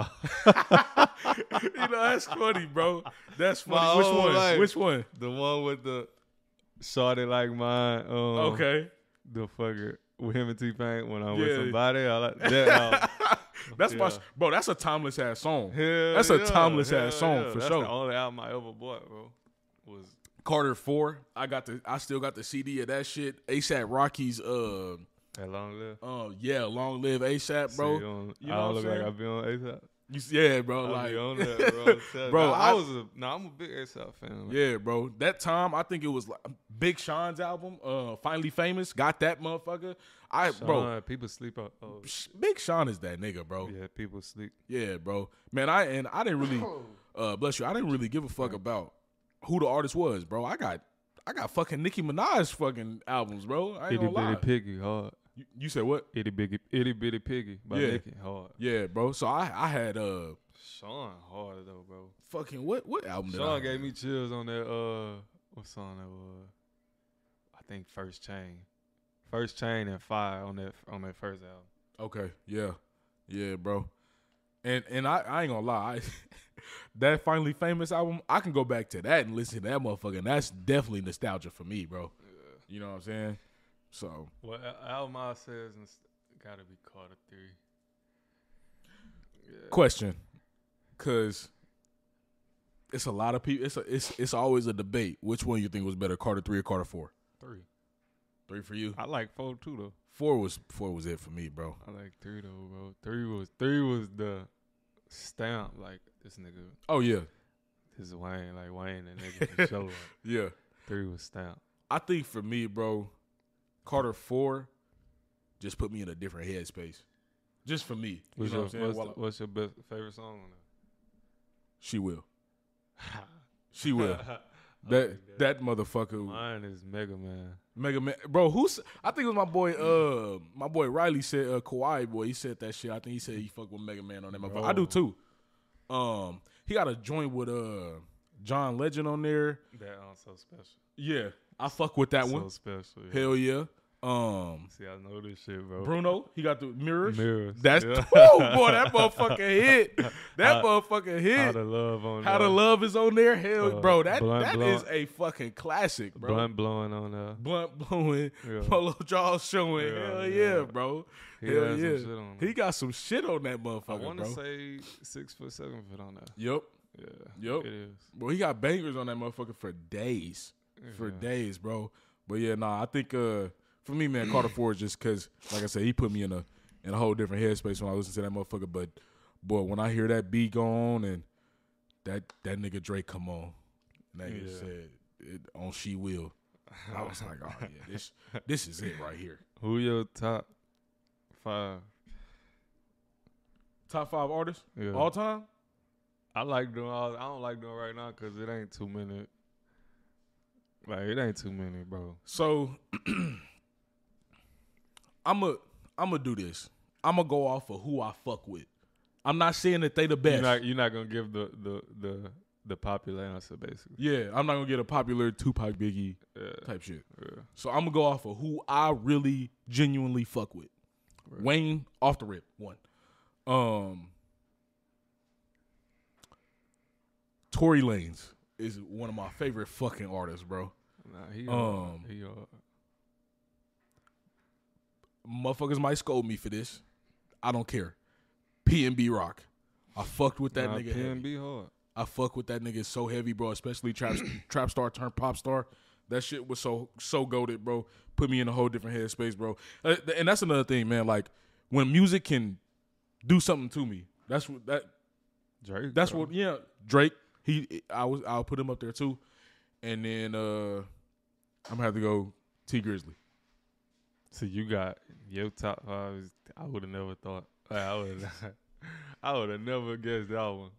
[SPEAKER 4] Wow.
[SPEAKER 1] you know that's funny, bro. That's
[SPEAKER 4] My
[SPEAKER 1] funny. Which
[SPEAKER 4] whole
[SPEAKER 1] one?
[SPEAKER 4] life.
[SPEAKER 1] Which one?
[SPEAKER 4] the one with the shorty like mine. Um,
[SPEAKER 1] Okay,
[SPEAKER 4] The fucker with him and T Pain when I'm with
[SPEAKER 1] Yeah.
[SPEAKER 4] somebody. I like that. album.
[SPEAKER 1] that's my
[SPEAKER 4] Yeah.
[SPEAKER 1] bro. That's a timeless ass song.
[SPEAKER 4] Hell
[SPEAKER 1] That's a
[SPEAKER 4] yeah,
[SPEAKER 1] timeless
[SPEAKER 4] hell
[SPEAKER 1] ass song
[SPEAKER 4] yeah.
[SPEAKER 1] for
[SPEAKER 4] That's
[SPEAKER 1] sure.
[SPEAKER 4] The only album I ever bought, bro, was
[SPEAKER 1] Carter Four. I got the. I still got the CD of that shit. ASAP Rocky's. Uh,
[SPEAKER 4] that long live.
[SPEAKER 1] uh, yeah, long live ASAP, bro.
[SPEAKER 4] See, on,
[SPEAKER 1] you know
[SPEAKER 4] I
[SPEAKER 1] what I'm
[SPEAKER 4] don't look like
[SPEAKER 1] saying?
[SPEAKER 4] I be on ASAP.
[SPEAKER 1] You s- yeah, bro.
[SPEAKER 4] I
[SPEAKER 1] Like,
[SPEAKER 4] be on that, bro. I'm telling you.
[SPEAKER 1] Bro,
[SPEAKER 4] Nah, I,
[SPEAKER 1] I-
[SPEAKER 4] was a no. I'm a big ASAP fan. Like,
[SPEAKER 1] yeah, bro. That time, I think it was like Big Sean's album, uh, Finally Famous. Got that motherfucker. I, bro.
[SPEAKER 4] Sean, people sleep on. Oh,
[SPEAKER 1] Sh- Big Sean is that nigga, bro.
[SPEAKER 4] yeah, people sleep.
[SPEAKER 1] Yeah, bro. Man, I and I didn't really uh bless you. I didn't really give a fuck about who the artist was, bro. I got I got fucking Nicki Minaj fucking albums, bro. I ain't
[SPEAKER 4] Itty
[SPEAKER 1] gonna
[SPEAKER 4] bitty
[SPEAKER 1] lie.
[SPEAKER 4] piggy hard.
[SPEAKER 1] You, you said what?
[SPEAKER 4] Itty bitty itty bitty piggy by
[SPEAKER 1] Yeah.
[SPEAKER 4] Nicki hard.
[SPEAKER 1] Yeah, bro. So I I had uh
[SPEAKER 4] Sean hard though, bro.
[SPEAKER 1] fucking what what album did I
[SPEAKER 4] Sean
[SPEAKER 1] have?
[SPEAKER 4] gave me uh, chills on that. Uh, what song that was? I think First Chain. First Chain and Fire on that on that first album.
[SPEAKER 1] Okay, yeah, yeah, bro. And and I, I ain't gonna lie, I, that finally famous album, I can go back to that and listen to that motherfucker. And that's definitely nostalgia for me, bro. You know what I'm saying? So
[SPEAKER 4] Well, Al- album I says and s- gotta be Carter Three.
[SPEAKER 1] question, cause it's a lot of people. It's a, it's it's always a debate. Which one you think was better, Carter three or Carter four?
[SPEAKER 4] Three.
[SPEAKER 1] Three for you.
[SPEAKER 4] I like four too though.
[SPEAKER 1] Four was four was it for me, bro.
[SPEAKER 4] I like three though, bro. Three was three was the stamp. Like this nigga,
[SPEAKER 1] Oh yeah,
[SPEAKER 4] this is Wayne. Like Wayne and nigga for sure. Like,
[SPEAKER 1] yeah.
[SPEAKER 4] three was stamp.
[SPEAKER 1] I think for me, bro, Carter four just put me in a different headspace. Just for me, you
[SPEAKER 4] What's
[SPEAKER 1] know
[SPEAKER 4] your
[SPEAKER 1] what I'm saying?
[SPEAKER 4] what's,
[SPEAKER 1] While I-
[SPEAKER 4] the- what's your best favorite song on it?
[SPEAKER 1] She will. She will. that that motherfucker,
[SPEAKER 4] Mine is Mega Man.
[SPEAKER 1] Mega Man, bro. Who's? I think it was my boy. Uh, my boy Riley said, uh, Kawhi boy. He said that shit. I think he said he fucked with Mega Man on that motherfucker. I do too. Um, he got a joint with uh John Legend on there.
[SPEAKER 4] That one's so special.
[SPEAKER 1] Yeah, I fuck with that
[SPEAKER 4] so
[SPEAKER 1] one.
[SPEAKER 4] special. yeah.
[SPEAKER 1] Hell yeah. Um,
[SPEAKER 4] See, I know this shit, bro.
[SPEAKER 1] Bruno, he got the mirrors.
[SPEAKER 4] Mirrors.
[SPEAKER 1] That's
[SPEAKER 4] Yeah.
[SPEAKER 1] oh boy, that motherfucker hit. That
[SPEAKER 4] I-
[SPEAKER 1] motherfucker hit.
[SPEAKER 4] How the love on
[SPEAKER 1] How the
[SPEAKER 4] uh,
[SPEAKER 1] love is on there. Hell,
[SPEAKER 4] Uh,
[SPEAKER 1] bro, that
[SPEAKER 4] Blunt
[SPEAKER 1] that
[SPEAKER 4] Blunt.
[SPEAKER 1] is a fucking classic, bro.
[SPEAKER 4] blunt blowing on uh
[SPEAKER 1] blunt blowing,
[SPEAKER 4] Yeah.
[SPEAKER 1] polo jaws showing.
[SPEAKER 4] Yeah,
[SPEAKER 1] Hell yeah,
[SPEAKER 4] yeah.
[SPEAKER 1] bro.
[SPEAKER 4] He
[SPEAKER 1] Hell
[SPEAKER 4] had some
[SPEAKER 1] yeah.
[SPEAKER 4] shit on
[SPEAKER 1] he got some shit on that
[SPEAKER 4] I
[SPEAKER 1] motherfucker,
[SPEAKER 4] want
[SPEAKER 1] bro.
[SPEAKER 4] to say six foot seven foot on that.
[SPEAKER 1] yep.
[SPEAKER 4] Yeah.
[SPEAKER 1] Yup.
[SPEAKER 4] It is.
[SPEAKER 1] Well, he got bangers on that motherfucker for days, for
[SPEAKER 4] Yeah.
[SPEAKER 1] days, bro. But yeah, nah, I think uh, for me, man, Carter Ford just because, like I said, he put me in a in a whole different headspace when I listen to that motherfucker. But boy, when I hear that beat go on and that that nigga Drake come on, and that nigga
[SPEAKER 4] Yeah.
[SPEAKER 1] said it on she will. I was like, oh yeah, this this is it right here.
[SPEAKER 4] Who your top five?
[SPEAKER 1] Top five artists
[SPEAKER 4] Yeah.
[SPEAKER 1] all time.
[SPEAKER 4] I like doing all. I don't like doing right now because it ain't too many. Like it ain't too many, bro.
[SPEAKER 1] So I'm a I'm gonna do this. I'm gonna go off of who I fuck with. I'm not saying that they the
[SPEAKER 4] You're
[SPEAKER 1] best.
[SPEAKER 4] not. You're not gonna give the the the the popular answer basically.
[SPEAKER 1] yeah, I'm not gonna get a popular Tupac Biggie
[SPEAKER 4] Yeah.
[SPEAKER 1] type shit.
[SPEAKER 4] yeah.
[SPEAKER 1] So I'm gonna go off of who I really genuinely fuck with. Wayne off the rip one. Um, Tory Lanez is one of my favorite fucking artists, bro.
[SPEAKER 4] Nah, he.
[SPEAKER 1] Um,
[SPEAKER 4] Um. He. hard.
[SPEAKER 1] motherfuckers might scold me for this. I don't care. P and B Rock. I fucked with that
[SPEAKER 4] Nah,
[SPEAKER 1] nigga. heavy.
[SPEAKER 4] PNB hard.
[SPEAKER 1] I fuck with that nigga so heavy, bro. Especially trap trap star turned pop star. That shit was so so goaded, bro. Put me in a whole different headspace, bro. Uh, th- and that's another thing, man. Like when music can do something to me. That's what that
[SPEAKER 4] Drake.
[SPEAKER 1] that's
[SPEAKER 4] bro.
[SPEAKER 1] what yeah. Drake. He I was I'll put him up there too. And then uh I'm gonna have to go T Grizzly.
[SPEAKER 4] So you got your top five. Is, I would have never thought. Like, I would. I would have never guessed that one.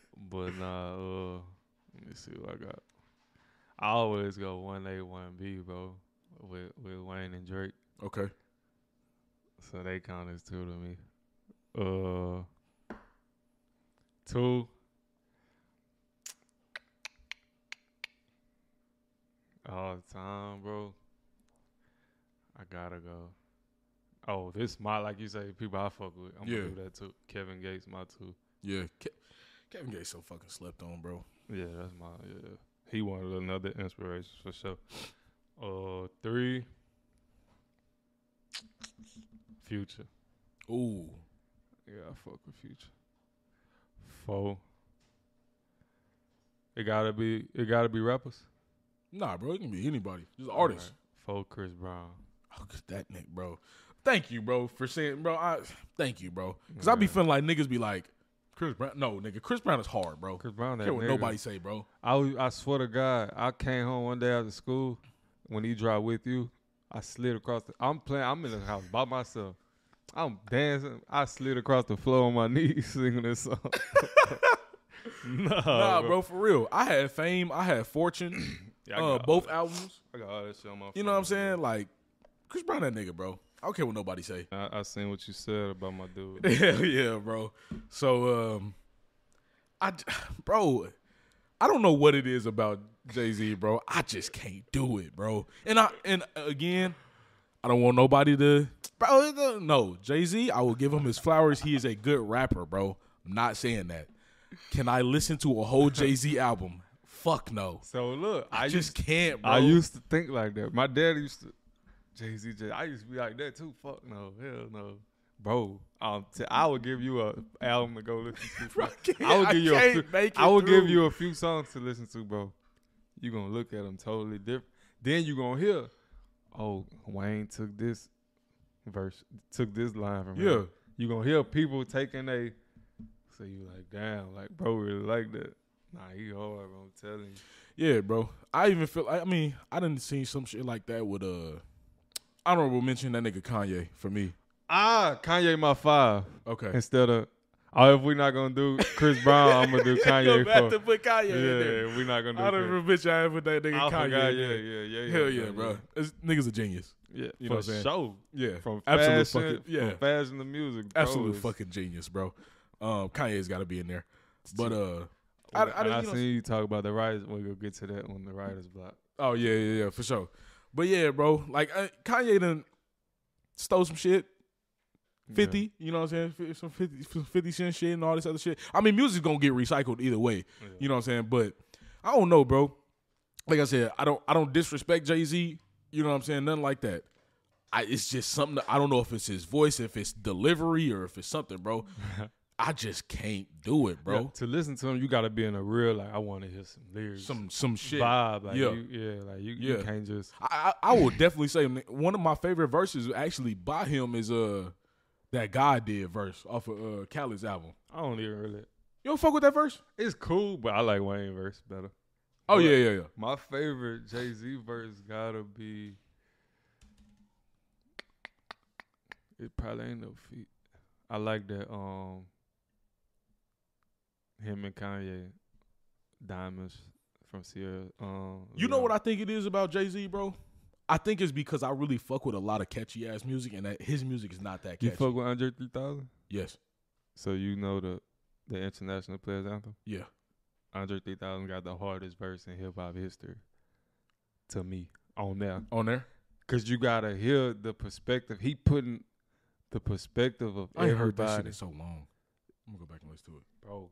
[SPEAKER 4] but nah. Uh, let me see what I got. I always go one A, one B, bro. With with Wayne and Drake,
[SPEAKER 1] Okay.
[SPEAKER 4] so they count as two to me. Uh, two. All the time, bro. I gotta go. Oh, this my like you say, people I fuck with. I'm
[SPEAKER 1] Yeah.
[SPEAKER 4] gonna do that too. Kevin Gates, my two.
[SPEAKER 1] Yeah. Ke- Kevin Gates so fucking slept on, bro.
[SPEAKER 4] Yeah, that's my yeah. He wanted another inspiration for sure. Uh three Future.
[SPEAKER 1] Ooh.
[SPEAKER 4] Yeah, I fuck with Future. Four. It gotta be it gotta be rappers.
[SPEAKER 1] Nah, bro, it can be anybody. Just artists.
[SPEAKER 4] Alright. Four Chris Brown.
[SPEAKER 1] Oh, get that nigga, bro. Thank you, bro, for saying, bro. I thank you, bro. Cause I be feeling like niggas be like, Chris Brown. No, nigga, Chris Brown is hard, bro.
[SPEAKER 4] Chris Brown that
[SPEAKER 1] care what
[SPEAKER 4] nigga.
[SPEAKER 1] nobody say, bro.
[SPEAKER 4] I was, I swear to God, I came home one day after school when he dropped with you. I slid across. The, I'm playing. I'm in the house by myself. I'm dancing. I slid across the floor on my knees singing this song. nah,
[SPEAKER 1] nah, bro. for real. I had fame. I had fortune.
[SPEAKER 4] Yeah, I
[SPEAKER 1] uh,
[SPEAKER 4] got-
[SPEAKER 1] both albums.
[SPEAKER 4] I got all that shit on my.
[SPEAKER 1] You know what I'm saying? Like, Chris Brown, that nigga, bro. I don't care what nobody say.
[SPEAKER 4] I, I seen what you said about my dude.
[SPEAKER 1] Hell yeah, bro. So, um, I, j- bro, I don't know what it is about Jay Z, bro. I just can't do it, bro. And I, and again, I don't want nobody to. Bro, it don't- no. Jay Z, I will give him his flowers. He is a good rapper, bro. I'm not saying that. Can I listen to a whole Jay Z album? Fuck no.
[SPEAKER 4] So look,
[SPEAKER 1] I,
[SPEAKER 4] I used
[SPEAKER 1] just can't, bro.
[SPEAKER 4] I used to think like that. My dad used to Jay Z. I used to be like that too. Fuck no, hell no, bro. Um, t- I would give you a album to go listen to.
[SPEAKER 1] Bro, I
[SPEAKER 4] bro.
[SPEAKER 1] can't- I
[SPEAKER 4] give you. A
[SPEAKER 1] can't
[SPEAKER 4] few,
[SPEAKER 1] make
[SPEAKER 4] I
[SPEAKER 1] it
[SPEAKER 4] would give
[SPEAKER 1] through.
[SPEAKER 4] you a few songs to listen to, bro. You gonna look at them totally different. Then you gonna hear, oh, Wayne took this verse, took this line from him.
[SPEAKER 1] Yeah.
[SPEAKER 4] You gonna hear people taking a. So you like, damn, like bro, really like that. Nah, he hard, bro. I'm telling you.
[SPEAKER 1] Yeah, bro. I even feel. I mean, I didn't see some shit like that with uh honorable mention that nigga Kanye for me.
[SPEAKER 4] Ah, Kanye my five
[SPEAKER 1] Okay.
[SPEAKER 4] instead of. Oh, if we're not gonna do Chris Brown, I'm gonna do Kanye four.
[SPEAKER 1] put Kanye
[SPEAKER 4] Yeah, we're not gonna do.
[SPEAKER 1] I don't
[SPEAKER 4] Chris.
[SPEAKER 1] remember bitch I ever that nigga
[SPEAKER 4] I
[SPEAKER 1] Kanye.
[SPEAKER 4] forgot,
[SPEAKER 1] in
[SPEAKER 4] yeah,
[SPEAKER 1] there.
[SPEAKER 4] yeah, yeah, yeah.
[SPEAKER 1] Hell yeah, bro. This nigga's a genius.
[SPEAKER 4] Yeah,
[SPEAKER 1] You know
[SPEAKER 4] for
[SPEAKER 1] what I'm saying?
[SPEAKER 4] sure.
[SPEAKER 1] Yeah.
[SPEAKER 4] From
[SPEAKER 1] absolute
[SPEAKER 4] fashion,
[SPEAKER 1] fucking yeah.
[SPEAKER 4] from fashion to music, bro,
[SPEAKER 1] absolute
[SPEAKER 4] it's-
[SPEAKER 1] fucking genius, bro. Um Kanye's gotta be in there. But uh I,
[SPEAKER 4] And
[SPEAKER 1] I,
[SPEAKER 4] I,
[SPEAKER 1] didn't- you know-
[SPEAKER 4] seen you talk about the writers. We're gonna get to that when the writers block.
[SPEAKER 1] Oh yeah, yeah, yeah, for sure. But yeah, bro, like uh, Kanye done stole some shit. Fifty, you know what I'm saying? Fif- Some 50, some 50 cent shit and all this other shit. I mean, music's gonna get recycled either way. You know what I'm saying? But I don't know, bro. Like I said, I don't, I don't disrespect Jay Z. You know what I'm saying? Nothing like that. I, it's just something that, I don't know if it's his voice, if it's delivery, or if it's something, bro. I just can't do it,
[SPEAKER 4] Yeah,
[SPEAKER 1] bro.
[SPEAKER 4] to listen to him, you gotta be in a real like. I want to hear some lyrics,
[SPEAKER 1] Some some shit.
[SPEAKER 4] vibe. Like,
[SPEAKER 1] Yeah.
[SPEAKER 4] you, yeah, like you,
[SPEAKER 1] Yeah.
[SPEAKER 4] you can't just.
[SPEAKER 1] I, I I will definitely say one of my favorite verses actually by him is uh that God did verse off of uh Khaled's album.
[SPEAKER 4] I don't even really.
[SPEAKER 1] You don't fuck with that verse?
[SPEAKER 4] It's cool, but I like Wayne verse better.
[SPEAKER 1] Oh
[SPEAKER 4] Right.
[SPEAKER 1] yeah, yeah, yeah.
[SPEAKER 4] My favorite Jay Z verse gotta be. It probably ain't no feat. I like that. Um, him and Kanye, Diamonds from Sierra. Um,
[SPEAKER 1] You know what I think it is about Jay Z, bro? I think it's because I really fuck with a lot of catchy ass music, and that his music is not that
[SPEAKER 4] You
[SPEAKER 1] catchy.
[SPEAKER 4] fuck with Andre three thousand,
[SPEAKER 1] yes,
[SPEAKER 4] so you know the the international players anthem.
[SPEAKER 1] yeah.
[SPEAKER 4] Andre three thousand got the hardest verse in hip hop history. To me, on there.
[SPEAKER 1] On there,
[SPEAKER 4] Cause you gotta hear the perspective. He putting the perspective of
[SPEAKER 1] I ain't heard that shit
[SPEAKER 4] everybody.
[SPEAKER 1] in so long. I'm gonna go back and listen to it.
[SPEAKER 4] Bro,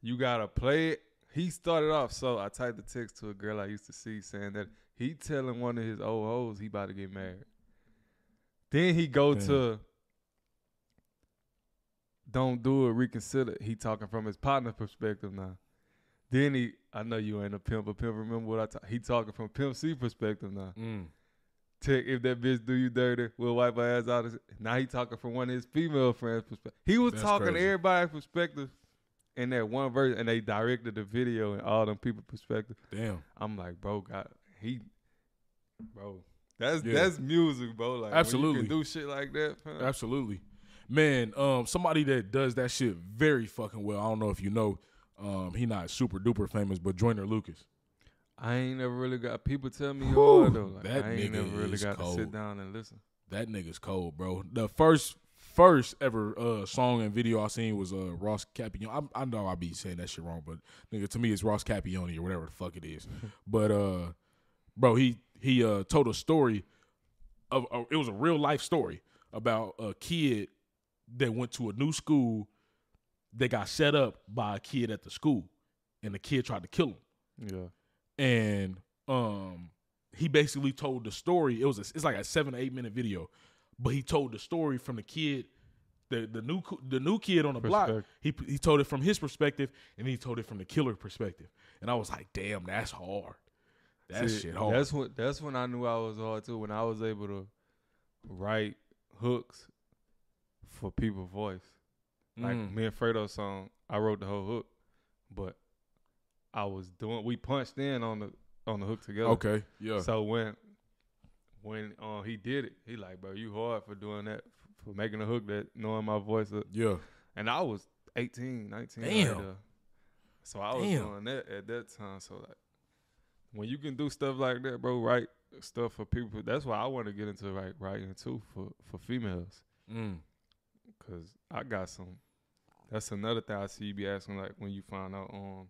[SPEAKER 4] you gotta play it. He started off so I typed the text to a girl I used to see saying that he telling one of his old hoes he about to get married. Then he go
[SPEAKER 1] Damn.
[SPEAKER 4] to Don't do it, reconsider. He talking from his partner perspective now. Then he I know you ain't a pimp, but pimp remember what I ta- he talking from Pimp C perspective now.
[SPEAKER 1] Mm.
[SPEAKER 4] Tech, if that bitch do you dirty, we'll wipe her ass out. Now he talking from one of his female friends' perspective. He was
[SPEAKER 1] That's
[SPEAKER 4] talking
[SPEAKER 1] crazy.
[SPEAKER 4] to everybody's perspective in that one verse, and they directed the video in all them people's perspective.
[SPEAKER 1] Damn,
[SPEAKER 4] I'm like, bro, God, he, bro, that's
[SPEAKER 1] Yeah.
[SPEAKER 4] that's music, bro. Like, when you can
[SPEAKER 1] Absolutely.
[SPEAKER 4] do shit like that. fam.
[SPEAKER 1] absolutely, man. Um, somebody that does that shit very fucking well. I don't know if you know. Um, he not super duper famous, but Joyner Lucas.
[SPEAKER 4] I ain't never really got people tell me
[SPEAKER 1] Whew,
[SPEAKER 4] hard though. Like,
[SPEAKER 1] that
[SPEAKER 4] I ain't
[SPEAKER 1] nigga
[SPEAKER 4] never really
[SPEAKER 1] is
[SPEAKER 4] got to
[SPEAKER 1] cold.
[SPEAKER 4] sit down and listen.
[SPEAKER 1] That nigga's cold, bro. The first first ever uh song and video I seen was uh Ross Capione. I, I know I be saying that shit wrong, but nigga to me it's Ross Capione or whatever the fuck it is. but uh bro, he he uh told a story of uh, it was a real life story about a kid that went to a new school that got set up by a kid at the school and the kid tried to kill him
[SPEAKER 4] Yeah,
[SPEAKER 1] and um he basically told the story it was a, it's like a seven to eight minute video but he told the story from the kid the the new co- the new kid on the block
[SPEAKER 4] Perspective.
[SPEAKER 1] he he told it from his perspective and he told it from the killer perspective and i was like damn that's hard that
[SPEAKER 4] See,
[SPEAKER 1] shit hard
[SPEAKER 4] That's when that's when I knew I was hard too. When I was able to write hooks for people's voice. Like
[SPEAKER 1] Mm.
[SPEAKER 4] me and Fredo song, I wrote the whole hook, but I was doing we punched in on the on the hook together.
[SPEAKER 1] okay yeah
[SPEAKER 4] So when when uh, he did it, he like, bro, you hard for doing that, for making a hook that knowing my voice. uh, Up.
[SPEAKER 1] yeah
[SPEAKER 4] And I was 18, 19. out
[SPEAKER 1] Damn.
[SPEAKER 4] there. So I was
[SPEAKER 1] Damn.
[SPEAKER 4] doing that at that time. So like when you can do stuff like that, bro, write stuff for people. That's why I want to get into like writing too for for females.
[SPEAKER 1] Mm.
[SPEAKER 4] Cause I got some that's another thing I see you be asking like when you find out um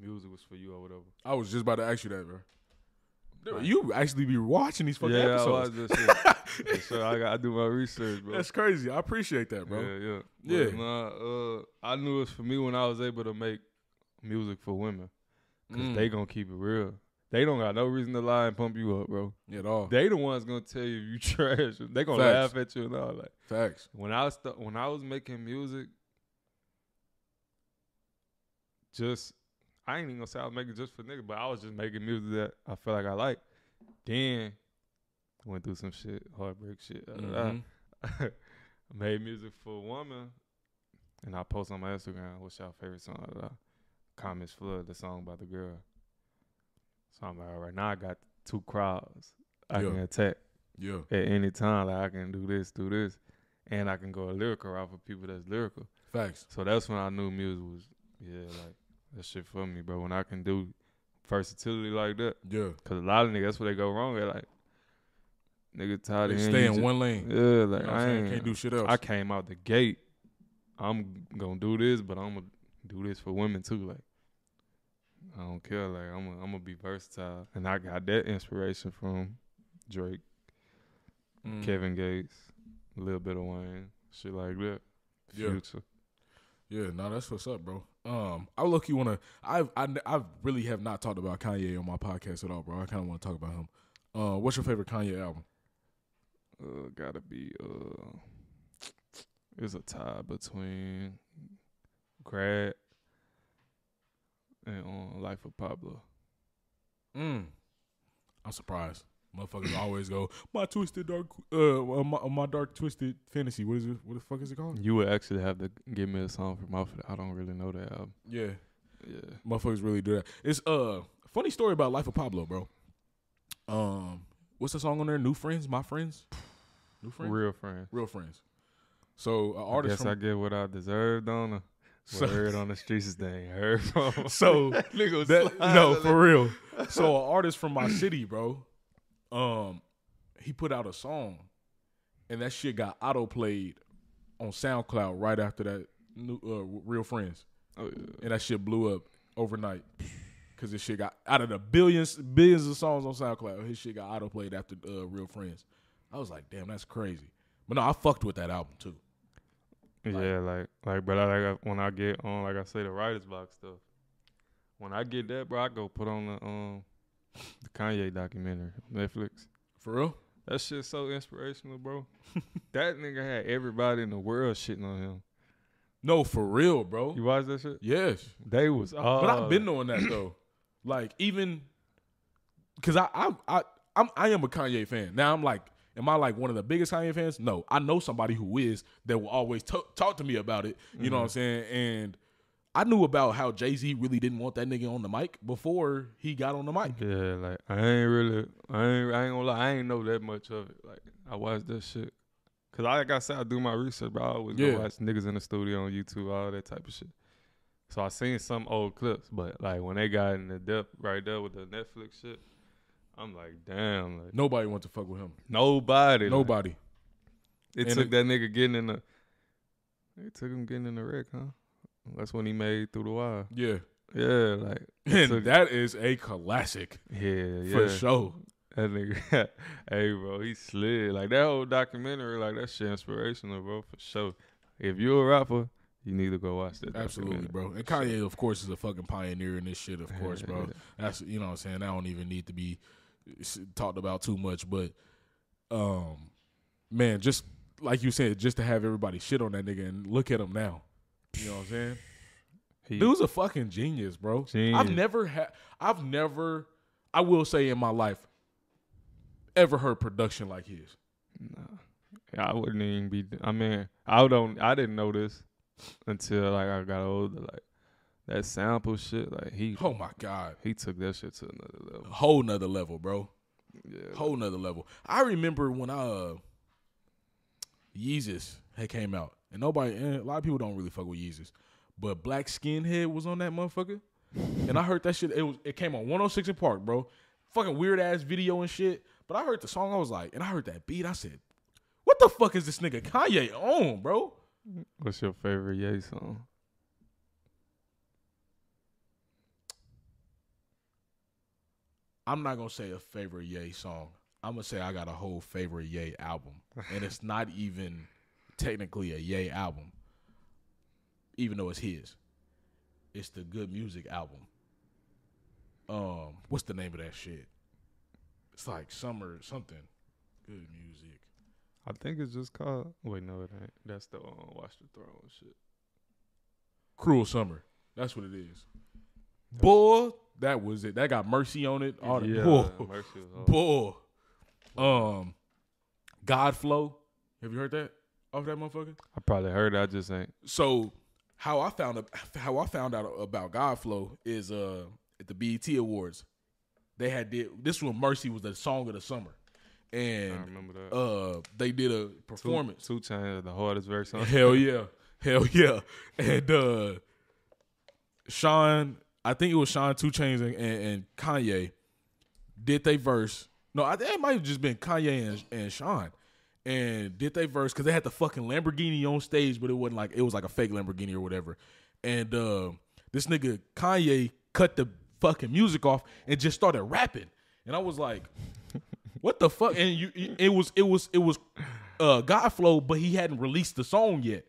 [SPEAKER 4] music was for you or whatever.
[SPEAKER 1] i was just about to ask you that bro Dude, You actually be watching these fucking
[SPEAKER 4] yeah, I
[SPEAKER 1] episodes.
[SPEAKER 4] watch this shit. For sure, I got I do my research, bro.
[SPEAKER 1] That's crazy. I appreciate that, bro.
[SPEAKER 4] Yeah, yeah,
[SPEAKER 1] Yeah.
[SPEAKER 4] But, nah, uh, I knew it was for me when I was able to make music for women, cause
[SPEAKER 1] Mm.
[SPEAKER 4] they gonna keep it real. They don't got no reason to lie and pump you up, bro.
[SPEAKER 1] At all.
[SPEAKER 4] They the ones gonna tell you you trash. They gonna
[SPEAKER 1] Facts.
[SPEAKER 4] laugh at you and all. Like
[SPEAKER 1] Facts.
[SPEAKER 4] when I was st- when I was making music, just I ain't even gonna say I was making just for niggas, but I was just making music that I felt like I like. Then went through some shit, heartbreak shit. da, da, da.
[SPEAKER 1] Mhm.
[SPEAKER 4] made music for a woman, and I post on my Instagram, "What's your favorite song?" da, da, da." Comments flood the song about the girl. So I'm like, all right, now I got two crowds I
[SPEAKER 1] Yeah.
[SPEAKER 4] can attack
[SPEAKER 1] Yeah.
[SPEAKER 4] at any time. Like I can do this, do this, and I can go a lyrical route for people that's lyrical.
[SPEAKER 1] Facts.
[SPEAKER 4] So that's when I knew music was, yeah, like that shit for me, bro. When I can do versatility like that,
[SPEAKER 1] Yeah.
[SPEAKER 4] cause a lot of niggas that's where they go wrong. They like, nigga tired
[SPEAKER 1] They
[SPEAKER 4] of
[SPEAKER 1] stay in one lane.
[SPEAKER 4] Yeah, like
[SPEAKER 1] You know what
[SPEAKER 4] I
[SPEAKER 1] I'm saying?
[SPEAKER 4] ain't,
[SPEAKER 1] Can't do shit else.
[SPEAKER 4] I came out the gate. I'm gonna do this, but I'm gonna do this for women too. Like, I don't care. Like, I'm gonna, I'm gonna be versatile, and I got that inspiration from Drake,
[SPEAKER 1] Mm.
[SPEAKER 4] Kevin Gates, a little bit of Wayne, shit like that.
[SPEAKER 1] Yeah.
[SPEAKER 4] Future.
[SPEAKER 1] Yeah, no, that's what's up, bro. Um, I look, you wanna, I've, I, I really have not talked about Kanye on my podcast at all, bro. I kind of want to talk about him. Uh, what's your favorite Kanye album?
[SPEAKER 4] Uh, gotta be. Uh, it's a tie between Grad and uh, Life of Pablo.
[SPEAKER 1] Mm. I'm surprised. Motherfuckers always go my twisted dark, uh, uh, my, uh, my dark twisted fantasy. What is it? What the fuck is it called?
[SPEAKER 4] You would actually have to give me a song from off of it. I don't really know that album.
[SPEAKER 1] Yeah,
[SPEAKER 4] Yeah.
[SPEAKER 1] motherfuckers really do that. It's uh, funny story about Life of Pablo, bro. Um, what's the song on there? New friends, my friends, new friends, real,
[SPEAKER 4] Real friends.
[SPEAKER 1] friends. So, an
[SPEAKER 4] I
[SPEAKER 1] artist
[SPEAKER 4] guess
[SPEAKER 1] from
[SPEAKER 4] I get what I deserved on a
[SPEAKER 1] So-
[SPEAKER 4] so, word on the streets is they ain't heard from.
[SPEAKER 1] so
[SPEAKER 4] Nigga was
[SPEAKER 1] That,
[SPEAKER 4] sliding
[SPEAKER 1] no,
[SPEAKER 4] like-
[SPEAKER 1] for real. So an artist from my city, bro, um, he put out a song, and that shit got auto played on SoundCloud right after that new uh, Real Friends,
[SPEAKER 4] Oh, yeah.
[SPEAKER 1] and that shit blew up overnight because this shit got out of the billions billions of songs on SoundCloud. His shit got auto played after uh, Real Friends. I was like, damn, that's crazy. But no, I fucked with that album too.
[SPEAKER 4] yeah, like like but I, like I- when I get on like I say the writer's box stuff. When I get that, bro, I go put on the um the Kanye documentary on Netflix.
[SPEAKER 1] For real?
[SPEAKER 4] That shit's so inspirational, bro. that nigga had everybody in the world shitting on him.
[SPEAKER 1] No, for real, bro.
[SPEAKER 4] You watch that shit?
[SPEAKER 1] Yes.
[SPEAKER 4] They was all
[SPEAKER 1] But I've
[SPEAKER 4] Uh,
[SPEAKER 1] been on that though. Like even because I I I I'm, I am a Kanye fan. Now I'm like, am I like one of the biggest Kanye fans? No, I know somebody who is that will always t- talk to me about it. You know what I'm
[SPEAKER 4] Mm-hmm.
[SPEAKER 1] saying? And I knew about how Jay Z really didn't want that nigga on the mic before he got on the mic.
[SPEAKER 4] Yeah, like I ain't really, I ain't, I ain't gonna lie, I ain't know that much of it. Like I watched that shit, cause I, like I said, I do my research, but I always
[SPEAKER 1] Yeah.
[SPEAKER 4] go watch niggas in the studio on YouTube, all that type of shit. So I seen some old clips, but like when they got in the depth right there with the Netflix shit, I'm like, damn, like
[SPEAKER 1] Nobody wants to fuck with him.
[SPEAKER 4] nobody, like,
[SPEAKER 1] Nobody.
[SPEAKER 4] It
[SPEAKER 1] And
[SPEAKER 4] took
[SPEAKER 1] it-
[SPEAKER 4] that nigga getting in the, it took him getting in the wreck, huh? That's when he made through the wire.
[SPEAKER 1] Yeah.
[SPEAKER 4] Yeah, like it
[SPEAKER 1] And
[SPEAKER 4] took-
[SPEAKER 1] that is a classic
[SPEAKER 4] yeah, yeah,
[SPEAKER 1] for sure.
[SPEAKER 4] That nigga, hey bro, he slid like that whole documentary. Like that shit inspirational, bro, for sure. If you're a rapper, you need to go watch that.
[SPEAKER 1] Absolutely,
[SPEAKER 4] documentary.
[SPEAKER 1] bro. And Kanye, of course, is a fucking pioneer in this shit. Of course, bro. That's you know what I'm saying. That don't even need to be s- talked about too much. But, um, man, just like you said, just to have everybody shit on that nigga and look at him now. You know what I'm saying?
[SPEAKER 4] He-
[SPEAKER 1] Dude's a fucking genius, bro.
[SPEAKER 4] Genius.
[SPEAKER 1] I've never had. I've never. I will say in my life, ever heard production like his.
[SPEAKER 4] I wouldn't even be. I mean, I don't. I didn't know this until like I got older. Like that sample shit. Like he
[SPEAKER 1] Oh my god,
[SPEAKER 4] he took that shit to another level.
[SPEAKER 1] whole nother level, bro.
[SPEAKER 4] Yeah,
[SPEAKER 1] whole nother level. I remember when I uh Yeezus had came out, and nobody, and a lot of people don't really fuck with Yeezus, but Black Skinhead was on that motherfucker, and I heard that shit. It was it came on 106 in Park, bro. Fucking weird ass video and shit. But I heard the song, I was like, and I heard that beat, I said, "What the fuck is this nigga Kanye on, bro?"
[SPEAKER 4] What's your favorite Ye song?
[SPEAKER 1] I I'm not gonna say a favorite Ye song. I'm gonna say I got a whole favorite Ye album, and it's not even technically a Ye album, even though it's his. It's the Good Music album. Um, what's the name of that shit? It's like summer something. Good music.
[SPEAKER 4] I think it's just called. Wait, no, it ain't. That's the um, Watch the Throne shit.
[SPEAKER 1] Cruel Summer. That's what it is. Boy, that was it. That got mercy on it. All the
[SPEAKER 4] yeah,
[SPEAKER 1] boy,
[SPEAKER 4] Mercy was hard.
[SPEAKER 1] boy. Um, Godflow. Have you heard that off that motherfucker?
[SPEAKER 4] I probably heard. It, I just ain't.
[SPEAKER 1] So how I found ab- how I found out about Godflow is uh at the BET Awards. They had did this one. Mercy was the song of the summer,
[SPEAKER 4] I
[SPEAKER 1] and
[SPEAKER 4] remember that.
[SPEAKER 1] uh they did a performance.
[SPEAKER 4] Two Chainz is the hardest verse on.
[SPEAKER 1] Hell yeah. Hell yeah. And uh Sean, I think it was Sean Two Chains and, and, and Kanye did they verse. No, I think it might have just been Kanye and, and Sean. And did they verse because they had the fucking Lamborghini on stage, but it wasn't like it was like a fake Lamborghini or whatever. And uh, this nigga Kanye cut the fucking music off and just started rapping. And I was like, what the fuck? And you, it- it was, it was, it was, uh, Godflow, but he hadn't released the song yet.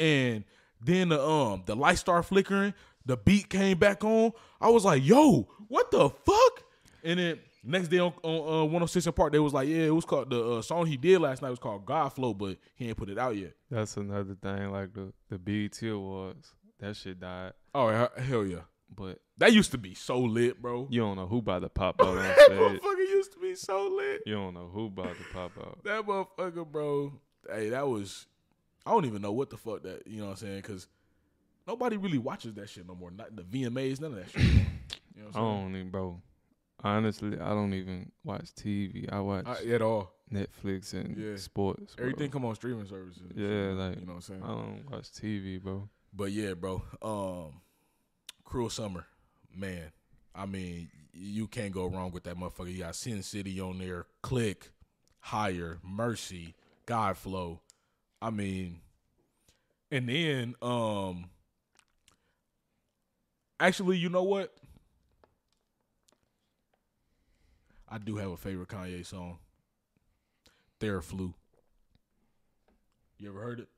[SPEAKER 1] And then the um, the light started flickering, the beat came back on. I was like, yo, what the fuck? And then next day on, on uh, 106 and Park, they was like, yeah, it was called the uh, song he did last night was called Godflow, but he ain't put it out yet.
[SPEAKER 4] That's another thing. Like the the BET Awards, that shit died.
[SPEAKER 1] All right, he- hell yeah,
[SPEAKER 4] But
[SPEAKER 1] that used to be so lit, bro.
[SPEAKER 4] you don't know who about to pop out on
[SPEAKER 1] That
[SPEAKER 4] stage.
[SPEAKER 1] motherfucker used to be so lit.
[SPEAKER 4] You don't know who about to pop out.
[SPEAKER 1] That motherfucker, bro. Hey, that was. I don't even know what the fuck that. You know what I'm saying? Because nobody really watches that shit no more. Not the VMAs, none of that shit. You know what
[SPEAKER 4] I
[SPEAKER 1] I'm
[SPEAKER 4] don't even, bro. Honestly, I don't even watch TV. I watch
[SPEAKER 1] saying? I, at all.
[SPEAKER 4] Netflix and
[SPEAKER 1] Yeah.
[SPEAKER 4] sports. bro.
[SPEAKER 1] Everything come on streaming services. and shit,
[SPEAKER 4] Yeah, like,
[SPEAKER 1] you know what I'm saying.
[SPEAKER 4] I don't watch TV, bro.
[SPEAKER 1] But yeah, bro. Um, Cruel Summer, man. I mean, you can't go wrong with that motherfucker. You got Sin City on there, Click, Higher, Mercy, Godflow. I mean, and then um, actually, you know what? I do have a favorite Kanye song, Theraflu. You ever heard it?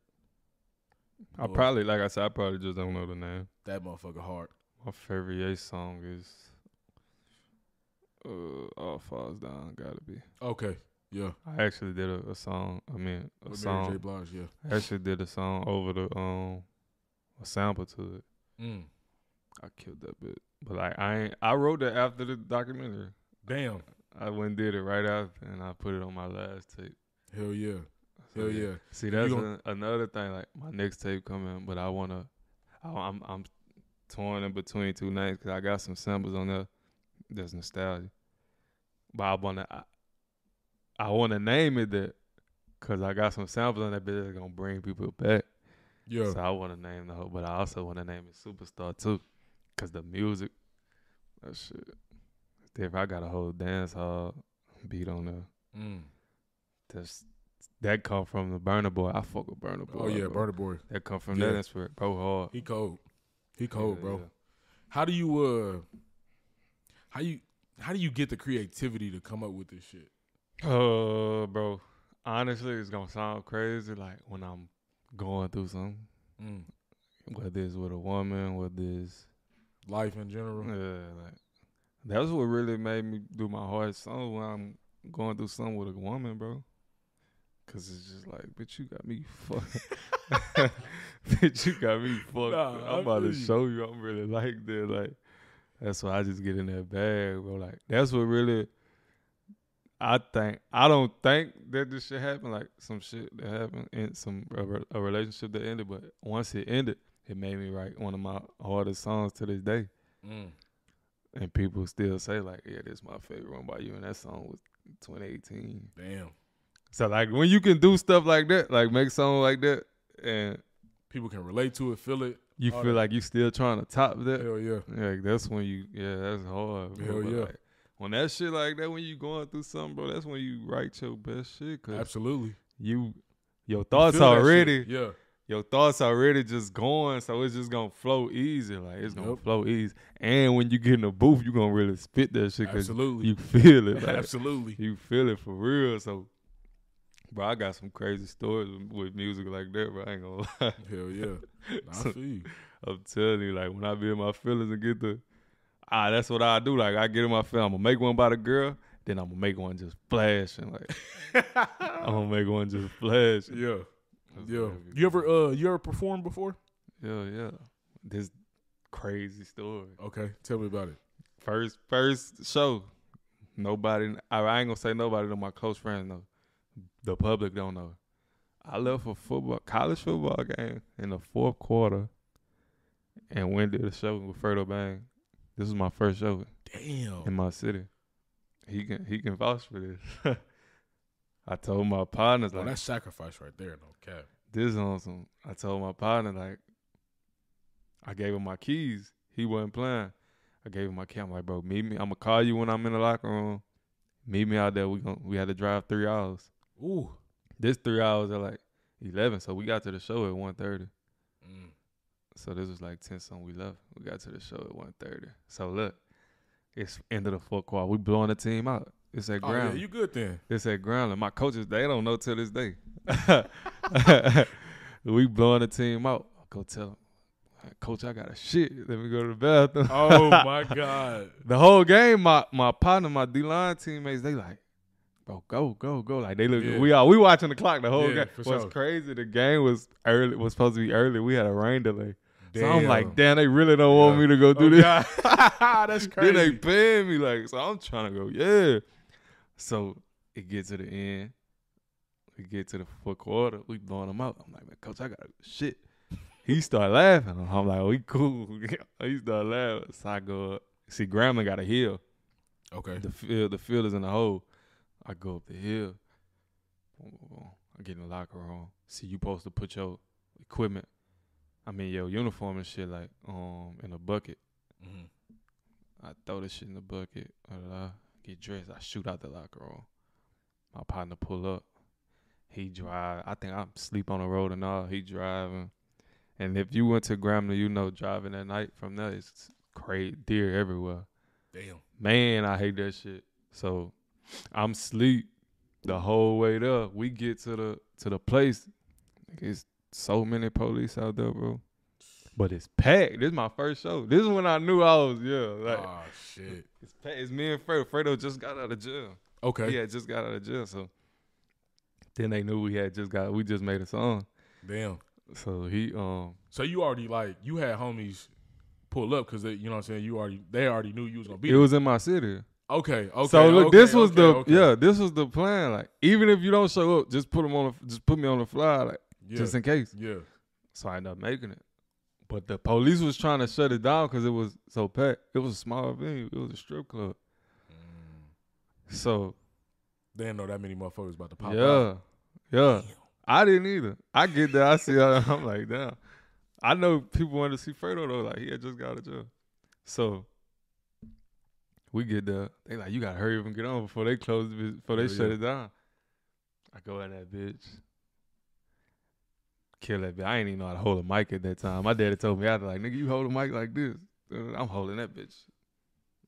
[SPEAKER 4] I
[SPEAKER 1] Well-
[SPEAKER 4] probably, like I said, I probably just don't know the name.
[SPEAKER 1] That motherfucker hard.
[SPEAKER 4] My favorite Ye song is uh, "All Falls Down." Gotta be.
[SPEAKER 1] Okay. Yeah.
[SPEAKER 4] I actually did a, a song. I mean, a
[SPEAKER 1] With Mary J.
[SPEAKER 4] song.
[SPEAKER 1] Blige, yeah.
[SPEAKER 4] I actually did a song over the um, a sample to it.
[SPEAKER 1] Mm.
[SPEAKER 4] I killed that bit, but like I, ain't, I wrote that after the documentary.
[SPEAKER 1] Damn.
[SPEAKER 4] I went and did it right after, and I put it on my last tape.
[SPEAKER 1] Hell yeah.
[SPEAKER 4] So,
[SPEAKER 1] Hell yeah.
[SPEAKER 4] See, that's
[SPEAKER 1] gon-
[SPEAKER 4] a- another thing. Like my next tape coming, but I wanna, I, I'm I'm torn in between two nights because I got some samples on there that's nostalgia, but I wanna, I, I wanna name it that because I got some samples on that bitch that's gonna bring people back.
[SPEAKER 1] Yeah.
[SPEAKER 4] So I wanna name the whole, but I also wanna name it Superstar too, cause the music, that shit. If I got a whole dance hall beat on there,
[SPEAKER 1] Mm.
[SPEAKER 4] that's that come from the Burner Boy. I fuck with Burner Boy.
[SPEAKER 1] Oh yeah,
[SPEAKER 4] bro.
[SPEAKER 1] Burner Boy.
[SPEAKER 4] That come from
[SPEAKER 1] Yeah.
[SPEAKER 4] that inspiration, bro. Hard.
[SPEAKER 1] He cold. He cold,
[SPEAKER 4] Yeah,
[SPEAKER 1] bro.
[SPEAKER 4] yeah.
[SPEAKER 1] How do you uh how you how do you get the creativity to come up with this shit?
[SPEAKER 4] Uh, bro. Honestly, it's gonna sound crazy. Like when I'm going through something,
[SPEAKER 1] Mm.
[SPEAKER 4] whether it's with a woman, whether it's
[SPEAKER 1] Life in general.
[SPEAKER 4] yeah, like that's what really made me do my hardest song when I'm going through something with a woman, bro. Cause it's just like, bitch, you got me fucked. bitch, you got me fucked.
[SPEAKER 1] Nah,
[SPEAKER 4] up.
[SPEAKER 1] I
[SPEAKER 4] I'm about
[SPEAKER 1] feel
[SPEAKER 4] to
[SPEAKER 1] you.
[SPEAKER 4] show you I'm really like that. Like, that's why I just get in that bag, bro. Like, that's what really. I think I don't think that this shit happened. Like some shit that happened in some a, re- a relationship that ended, but once it ended, it made me write one of my hardest songs to this day
[SPEAKER 1] Mm.
[SPEAKER 4] and people still say like, "Yeah, this is my favorite one by you," and that song was 2018.
[SPEAKER 1] Damn.
[SPEAKER 4] So like, when you can do stuff like that, like make song like that, and
[SPEAKER 1] People can relate to it, feel it.
[SPEAKER 4] you
[SPEAKER 1] All
[SPEAKER 4] feel
[SPEAKER 1] that.
[SPEAKER 4] like you still trying to top that,
[SPEAKER 1] Hell yeah.
[SPEAKER 4] like that's when you, yeah, that's hard. bro,
[SPEAKER 1] Hell
[SPEAKER 4] but,
[SPEAKER 1] yeah.
[SPEAKER 4] like, when that shit like that, when you going through something, bro, that's when you write your best shit, cause
[SPEAKER 1] Absolutely.
[SPEAKER 4] you, your thoughts
[SPEAKER 1] Feel that shit.
[SPEAKER 4] already,
[SPEAKER 1] Yeah.
[SPEAKER 4] your thoughts already just going, so it's just gonna flow easy. Like it's gonna flow easy. And when you get in the booth, you gonna really spit that shit. 'cause
[SPEAKER 1] Absolutely.
[SPEAKER 4] You feel it. Like,
[SPEAKER 1] Absolutely.
[SPEAKER 4] you feel it for real. So, bro, I got some crazy stories with music like that. Bro, I ain't gonna lie.
[SPEAKER 1] Hell yeah. Nah, I
[SPEAKER 4] So-
[SPEAKER 1] feel you.
[SPEAKER 4] I'm telling you, like when I be in my feelings and get the ah, that's what I do. Like I get in my feelings, I'm gonna make one by the girl, then I'm gonna make one just flashing. Like I'm gonna make one just flashing.
[SPEAKER 1] Yeah. Yeah. You ever uh you ever performed before?
[SPEAKER 4] Yeah, yeah. This crazy story.
[SPEAKER 1] Okay, tell me about it.
[SPEAKER 4] First, first show. Nobody. I, I ain't gonna say nobody. Though my close friends know. The public don't know. I left a football, college football game in the fourth quarter, and went to the show with Fredo Bang. This was my first show in
[SPEAKER 1] Damn.
[SPEAKER 4] my city. He can he can vouch for this. I told my partners
[SPEAKER 1] Well,
[SPEAKER 4] like
[SPEAKER 1] oh, that's sacrifice right there, no cap.
[SPEAKER 4] this on some. I told my partner like, I gave him my keys. He wasn't playing. I gave him my key. I'm like, bro, meet me. I'm gonna call you when I'm in the locker room. Meet me out there. We gon' we had to drive three hours.
[SPEAKER 1] Ooh.
[SPEAKER 4] This three hours at like eleven. So we got to the show at one thirty.
[SPEAKER 1] Mm.
[SPEAKER 4] So this was like ten something we left. We got to the show at one thirty. So look, it's end of the fourth quarter. We blowing the team out. It's at
[SPEAKER 1] Oh, yeah,
[SPEAKER 4] ground.
[SPEAKER 1] you good then.
[SPEAKER 4] It's at Groundland. My coaches, they don't know till this day. we blowing the team out. I go tell them, Coach, I got a shit. Let me go to the bathroom.
[SPEAKER 1] Oh my God.
[SPEAKER 4] The whole game, my my partner, my D line teammates, they like, bro, go, go, go. Like they look,
[SPEAKER 1] Yeah.
[SPEAKER 4] we are we watching the clock the whole
[SPEAKER 1] Yeah,
[SPEAKER 4] game.
[SPEAKER 1] for
[SPEAKER 4] What's
[SPEAKER 1] sure.
[SPEAKER 4] crazy, the game was early was supposed to be early. We had a rain delay. So I'm like,
[SPEAKER 1] Damn.
[SPEAKER 4] damn, they really don't want
[SPEAKER 1] Yeah.
[SPEAKER 4] me to go do
[SPEAKER 1] Oh,
[SPEAKER 4] this.
[SPEAKER 1] God. that's crazy.
[SPEAKER 4] Then they paying me like, so I'm trying to go, yeah. So it get to the end, we get to the fourth quarter, we blowing them out. I'm like, man, coach, I got shit. He start laughing. I'm like, we cool. he start laughing. So I go up. See, Grandma got a hill.
[SPEAKER 1] okay.
[SPEAKER 4] The field, the field is in the hole. I go up the hill. Boom, boom, boom. I get in the locker room. See, you supposed to put your equipment, I mean your uniform and shit, like um, in a bucket.
[SPEAKER 1] Mhm.
[SPEAKER 4] I throw this shit in the bucket. blah, blah, blah, get dressed. I shoot out the locker room. My partner pull up. He drive. I think I'm sleep on the road and all. He driving. And if you went to Grambling, you know driving at night from there is crazy deer everywhere.
[SPEAKER 1] Damn.
[SPEAKER 4] Man, I hate that shit. So I'm sleep the whole way there. We get to the to the place. Nigga, It's so many police out there, bro. But it's packed. This is my first show. This is when I knew I was yeah. Like
[SPEAKER 1] oh shit.
[SPEAKER 4] it's, pa- it's me and Fredo. Fredo just got out of jail.
[SPEAKER 1] Okay.
[SPEAKER 4] He had just got out of jail, so then they knew we had just got. We just made a song,
[SPEAKER 1] Damn.
[SPEAKER 4] so he um
[SPEAKER 1] So you already like you had homies pull up because they you know what I'm saying you already they already knew you was gonna be
[SPEAKER 4] it was in my city.
[SPEAKER 1] there. okay okay.
[SPEAKER 4] so look,
[SPEAKER 1] okay,
[SPEAKER 4] this was
[SPEAKER 1] okay,
[SPEAKER 4] the
[SPEAKER 1] okay.
[SPEAKER 4] yeah, this was the plan. Like even if you don't show up, just put him on, the, just put me on the fly, like
[SPEAKER 1] yeah
[SPEAKER 4] just in case.
[SPEAKER 1] yeah
[SPEAKER 4] So I ended up making it. But the police was trying to shut it down because it was so packed. It was a small venue. It was a strip club.
[SPEAKER 1] Mm.
[SPEAKER 4] So
[SPEAKER 1] they didn't know that many motherfuckers about to pop
[SPEAKER 4] yeah,
[SPEAKER 1] up.
[SPEAKER 4] yeah. I didn't either. I get that. I see. That, I'm like, damn. I know people wanted to see Fredo though. Like he had just got out of jail. So we get there. They like, you gotta hurry up and get on before they close. the bus- Before they
[SPEAKER 1] Hell
[SPEAKER 4] shut
[SPEAKER 1] yeah.
[SPEAKER 4] it down. I go in that bitch. Kill that bitch. I ain't even know how to hold a mic at that time. My daddy told me I was like, nigga, you hold a mic like this. I'm holding that bitch.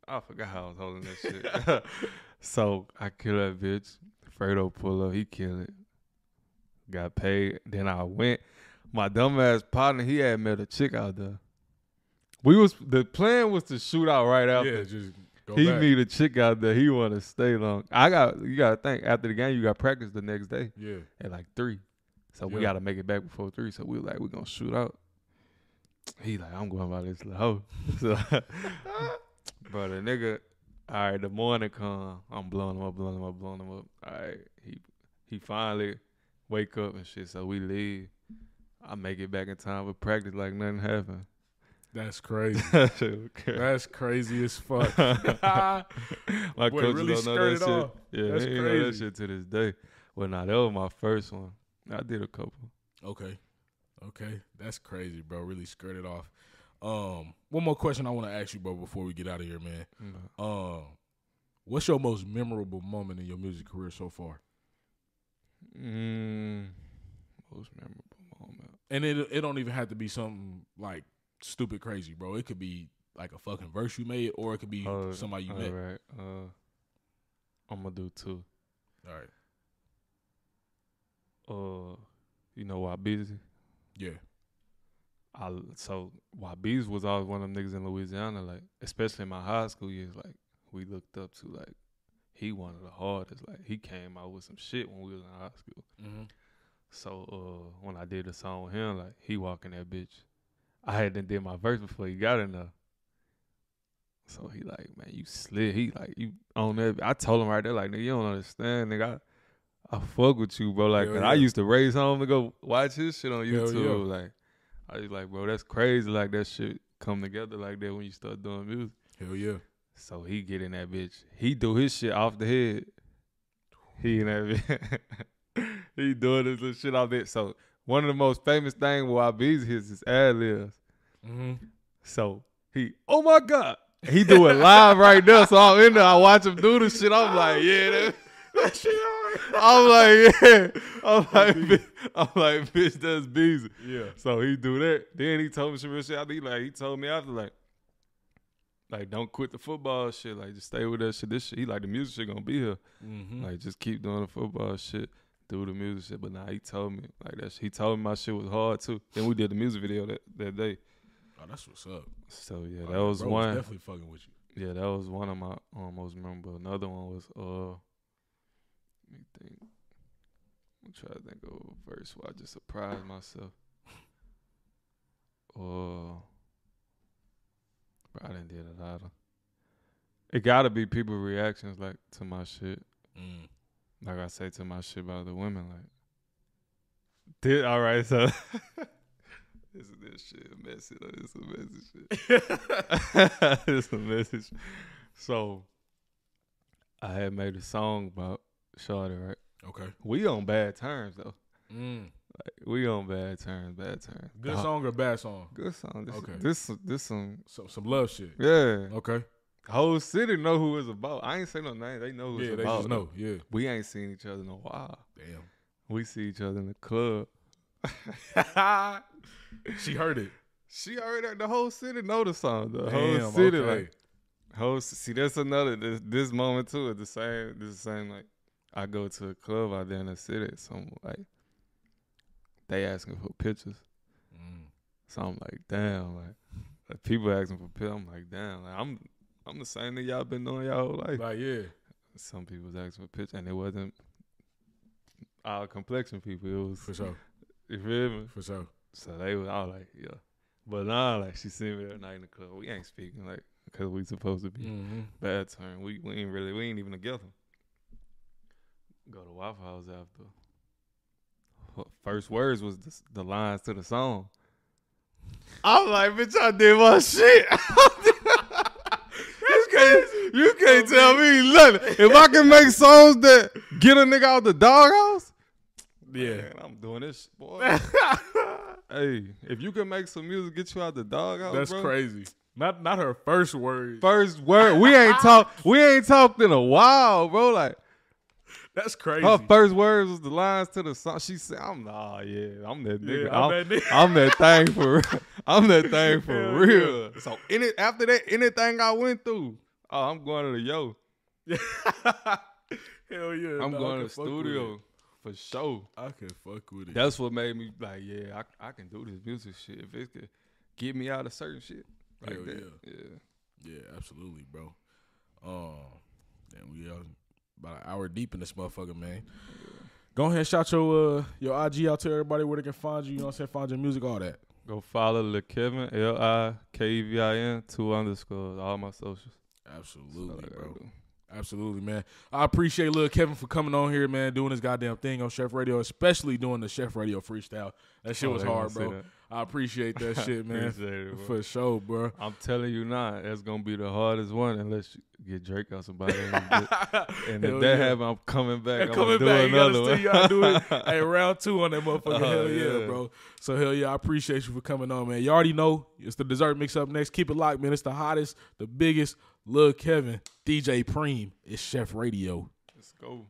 [SPEAKER 4] I forgot how I was holding that shit. so I kill that bitch. Fredo pull up, he kill it. Got paid. Then I went. My dumbass partner, he had met a chick out there. We was the plan was to shoot out right
[SPEAKER 1] Yeah,
[SPEAKER 4] after.
[SPEAKER 1] just go
[SPEAKER 4] he
[SPEAKER 1] back.
[SPEAKER 4] need a chick out there. He want to stay long. I got you got to think after the game. You got practice the next day
[SPEAKER 1] yeah
[SPEAKER 4] at like three. So we
[SPEAKER 1] Yeah.
[SPEAKER 4] gotta make it back before three. So we were like, we're gonna shoot out. He like, I'm going by this little hoe. So Bro, the nigga, all right, the morning come. I'm blowing him up, blowing him up, blowing him up. All right. He he finally wake up and shit. So we leave. I make it back in time for practice like nothing happened.
[SPEAKER 1] that's crazy
[SPEAKER 4] Shit, okay.
[SPEAKER 1] that's crazy as fuck.
[SPEAKER 4] My
[SPEAKER 1] Boy,
[SPEAKER 4] coaches
[SPEAKER 1] really
[SPEAKER 4] don't know that
[SPEAKER 1] skirted
[SPEAKER 4] shit.
[SPEAKER 1] off.
[SPEAKER 4] Yeah,
[SPEAKER 1] That's
[SPEAKER 4] they ain't know that
[SPEAKER 1] crazy.
[SPEAKER 4] shit to this day. Well, nah, that was my first one. I did a couple.
[SPEAKER 1] Okay. Okay. That's crazy, bro. Really skirted off. Um, one more question I want to ask you, bro, before we get out of here, man. Um, what's your most memorable moment in your music career so far?
[SPEAKER 4] Mm, most memorable moment.
[SPEAKER 1] and it it don't even have to be something like stupid crazy, bro. It could be like a fucking verse you made, or it could be
[SPEAKER 4] Uh,
[SPEAKER 1] somebody you
[SPEAKER 4] all
[SPEAKER 1] met.
[SPEAKER 4] right, Uh, I'm gonna do two.
[SPEAKER 1] All right,
[SPEAKER 4] Uh, you know why busy?
[SPEAKER 1] yeah,
[SPEAKER 4] I so Wabiz was always one of them niggas in Louisiana, like especially in my high school years, like we looked up to like he one of the hardest. Like he came out with some shit when we was in high school.
[SPEAKER 1] mm-hmm.
[SPEAKER 4] So uh when I did a song with him, like he walking that bitch. I hadn't did my verse before he got in there. So he like, man, you slid. He like, you on that. I told him right there, like, nigga, you don't understand, nigga. I, I fuck with you, bro. Like,
[SPEAKER 1] Hell
[SPEAKER 4] 'cause I
[SPEAKER 1] yeah.
[SPEAKER 4] used to race home to go watch his shit on
[SPEAKER 1] Hell
[SPEAKER 4] YouTube. Like, I was like, bro, that's crazy. Like that shit come together like that when you start doing music.
[SPEAKER 1] hell yeah.
[SPEAKER 4] So he get in that bitch. He do his shit off the head. He in that bitch. he doing his little shit off that. So one of the most famous thing with YB's his is ad libs.
[SPEAKER 1] Mm-hmm.
[SPEAKER 4] So he, oh my god, he do it live right now. So I'm in there, I watch him do this shit. I'm like, yeah, that, that shit. I'm like, yeah. I'm like, bitch, I'm like, bitch, that's busy.
[SPEAKER 1] Yeah.
[SPEAKER 4] So he do that. Then he told me some real shit. I be like, he told me after like, like don't quit the football shit. Like just stay with that shit. This shit, he like the music shit gonna be here.
[SPEAKER 1] Mm-hmm.
[SPEAKER 4] Like just keep doing the football shit, do the music shit. But now he told me like that. Shit, he told me my shit was hard too. Then we did the music video that, that day.
[SPEAKER 1] oh, that's what's up.
[SPEAKER 4] So yeah,
[SPEAKER 1] Oh,
[SPEAKER 4] that was
[SPEAKER 1] bro
[SPEAKER 4] one.
[SPEAKER 1] definitely fucking with you.
[SPEAKER 4] Yeah, that was one of my um, most memorable. Another one was uh, let me think. I'm trying to think of a verse where I just surprised myself. Uh, bro, I didn't did a lot of. It gotta be people reactions like to my shit.
[SPEAKER 1] Mm.
[SPEAKER 4] Like I say to my shit by the women, like. Did all right, so. this is this shit messy. Though. This is messy shit. it's a message. So I had made a song about Shawty, right?
[SPEAKER 1] Okay.
[SPEAKER 4] We on bad terms though.
[SPEAKER 1] Mm.
[SPEAKER 4] Like, we on bad terms, bad terms.
[SPEAKER 1] Good
[SPEAKER 4] Dog.
[SPEAKER 1] song or bad song?
[SPEAKER 4] Good song. This,
[SPEAKER 1] Okay.
[SPEAKER 4] This this some
[SPEAKER 1] Some some love shit.
[SPEAKER 4] yeah.
[SPEAKER 1] Okay.
[SPEAKER 4] Whole city know who it's about. I ain't say no name. They know who
[SPEAKER 1] Yeah,
[SPEAKER 4] it's
[SPEAKER 1] they
[SPEAKER 4] about.
[SPEAKER 1] just know. Yeah.
[SPEAKER 4] We ain't seen each other in a while.
[SPEAKER 1] Damn.
[SPEAKER 4] We see each other in the club.
[SPEAKER 1] She heard it.
[SPEAKER 4] she already the whole city know the song. The whole
[SPEAKER 1] Damn,
[SPEAKER 4] city
[SPEAKER 1] okay.
[SPEAKER 4] like Host, see, that's another this, this moment too. It's the same. This the same. Like, I go to a club out there in the city. So I'm like, they asking for pictures.
[SPEAKER 1] Mm.
[SPEAKER 4] So I'm like, damn. Like, like, people asking for pictures. I'm like, damn. Like, I'm I'm the same that y'all been doing y'all whole life.
[SPEAKER 1] Like yeah.
[SPEAKER 4] Some people was asking for pictures, and it wasn't our complexion people. It was
[SPEAKER 1] For sure.
[SPEAKER 4] you feel me.
[SPEAKER 1] For sure.
[SPEAKER 4] So they was all like, yeah. But nah, like she seen me that night in the club. We ain't speaking like because we supposed to be
[SPEAKER 1] Mm-hmm.
[SPEAKER 4] bad turn. We we ain't really we ain't even together. Go to Waffle House after. Her First words was the, the lines to the song. I'm like, bitch, I did my shit. you can't, you can't tell me nothing. If I can make songs that get a nigga out the doghouse,
[SPEAKER 1] Yeah.
[SPEAKER 4] man, I'm doing this, shit, boy. hey, if you can make some music get you out the doghouse,
[SPEAKER 1] That's
[SPEAKER 4] oh, bro,
[SPEAKER 1] crazy. Not not her first word.
[SPEAKER 4] First word, we ain't talk, we ain't talked in a while, bro. Like
[SPEAKER 1] That's crazy.
[SPEAKER 4] Her first words was the lines to the song. She said, "I'm nah, yeah, I'm that nigga.
[SPEAKER 1] Yeah,
[SPEAKER 4] I'm,
[SPEAKER 1] I'm
[SPEAKER 4] I'm, that
[SPEAKER 1] that nigga."
[SPEAKER 4] thing for, real. I'm that thing for
[SPEAKER 1] Hell
[SPEAKER 4] real." So any after that, anything I went through, oh, I'm going to the yo.
[SPEAKER 1] Hell yeah.
[SPEAKER 4] I'm
[SPEAKER 1] nah, I can
[SPEAKER 4] going to the
[SPEAKER 1] fuck with it.
[SPEAKER 4] studio for sure.
[SPEAKER 1] I can fuck with it.
[SPEAKER 4] That's what made me like, yeah, I, I can do this music shit if it could get me out of certain shit. Like
[SPEAKER 1] Hell
[SPEAKER 4] that. yeah.
[SPEAKER 1] Yeah, absolutely, bro. Um, and we are about an hour deep in this motherfucker, man. Go ahead, and shout your uh, your IG out to everybody where they can find you. You know what I'm saying? Find your music, all that.
[SPEAKER 4] Go follow Lil Kevin L I K E V I N two underscores all my socials. oh, That's all I
[SPEAKER 1] Absolutely,
[SPEAKER 4] gotta
[SPEAKER 1] bro.
[SPEAKER 4] do.
[SPEAKER 1] Absolutely, man. I appreciate little Kevin for coming on here, man, doing this goddamn thing on Chef Radio, especially doing the Chef Radio freestyle. That shit
[SPEAKER 4] Oh,
[SPEAKER 1] was
[SPEAKER 4] they gonna
[SPEAKER 1] hard,
[SPEAKER 4] see
[SPEAKER 1] bro.
[SPEAKER 4] that.
[SPEAKER 1] I appreciate that shit, man.
[SPEAKER 4] Appreciate it, bro.
[SPEAKER 1] For sure, bro.
[SPEAKER 4] I'm telling you now, that's gonna be the hardest one unless you get Drake or somebody. and if
[SPEAKER 1] Hell
[SPEAKER 4] that
[SPEAKER 1] yeah.
[SPEAKER 4] happens, I'm coming back.
[SPEAKER 1] And
[SPEAKER 4] I'm
[SPEAKER 1] coming
[SPEAKER 4] gonna
[SPEAKER 1] back,
[SPEAKER 4] do
[SPEAKER 1] you
[SPEAKER 4] another
[SPEAKER 1] understand?
[SPEAKER 4] one.
[SPEAKER 1] Y'all do it. hey, round two on that motherfucker.
[SPEAKER 4] Oh,
[SPEAKER 1] hell yeah,
[SPEAKER 4] yeah.
[SPEAKER 1] bro. So hell yeah, I appreciate you for coming on, man. You already know it's the dessert mix up next. Keep it locked, man. It's the hottest, the biggest. Lil Kevin, DJ Preem, it's Chef Radio.
[SPEAKER 4] Let's go.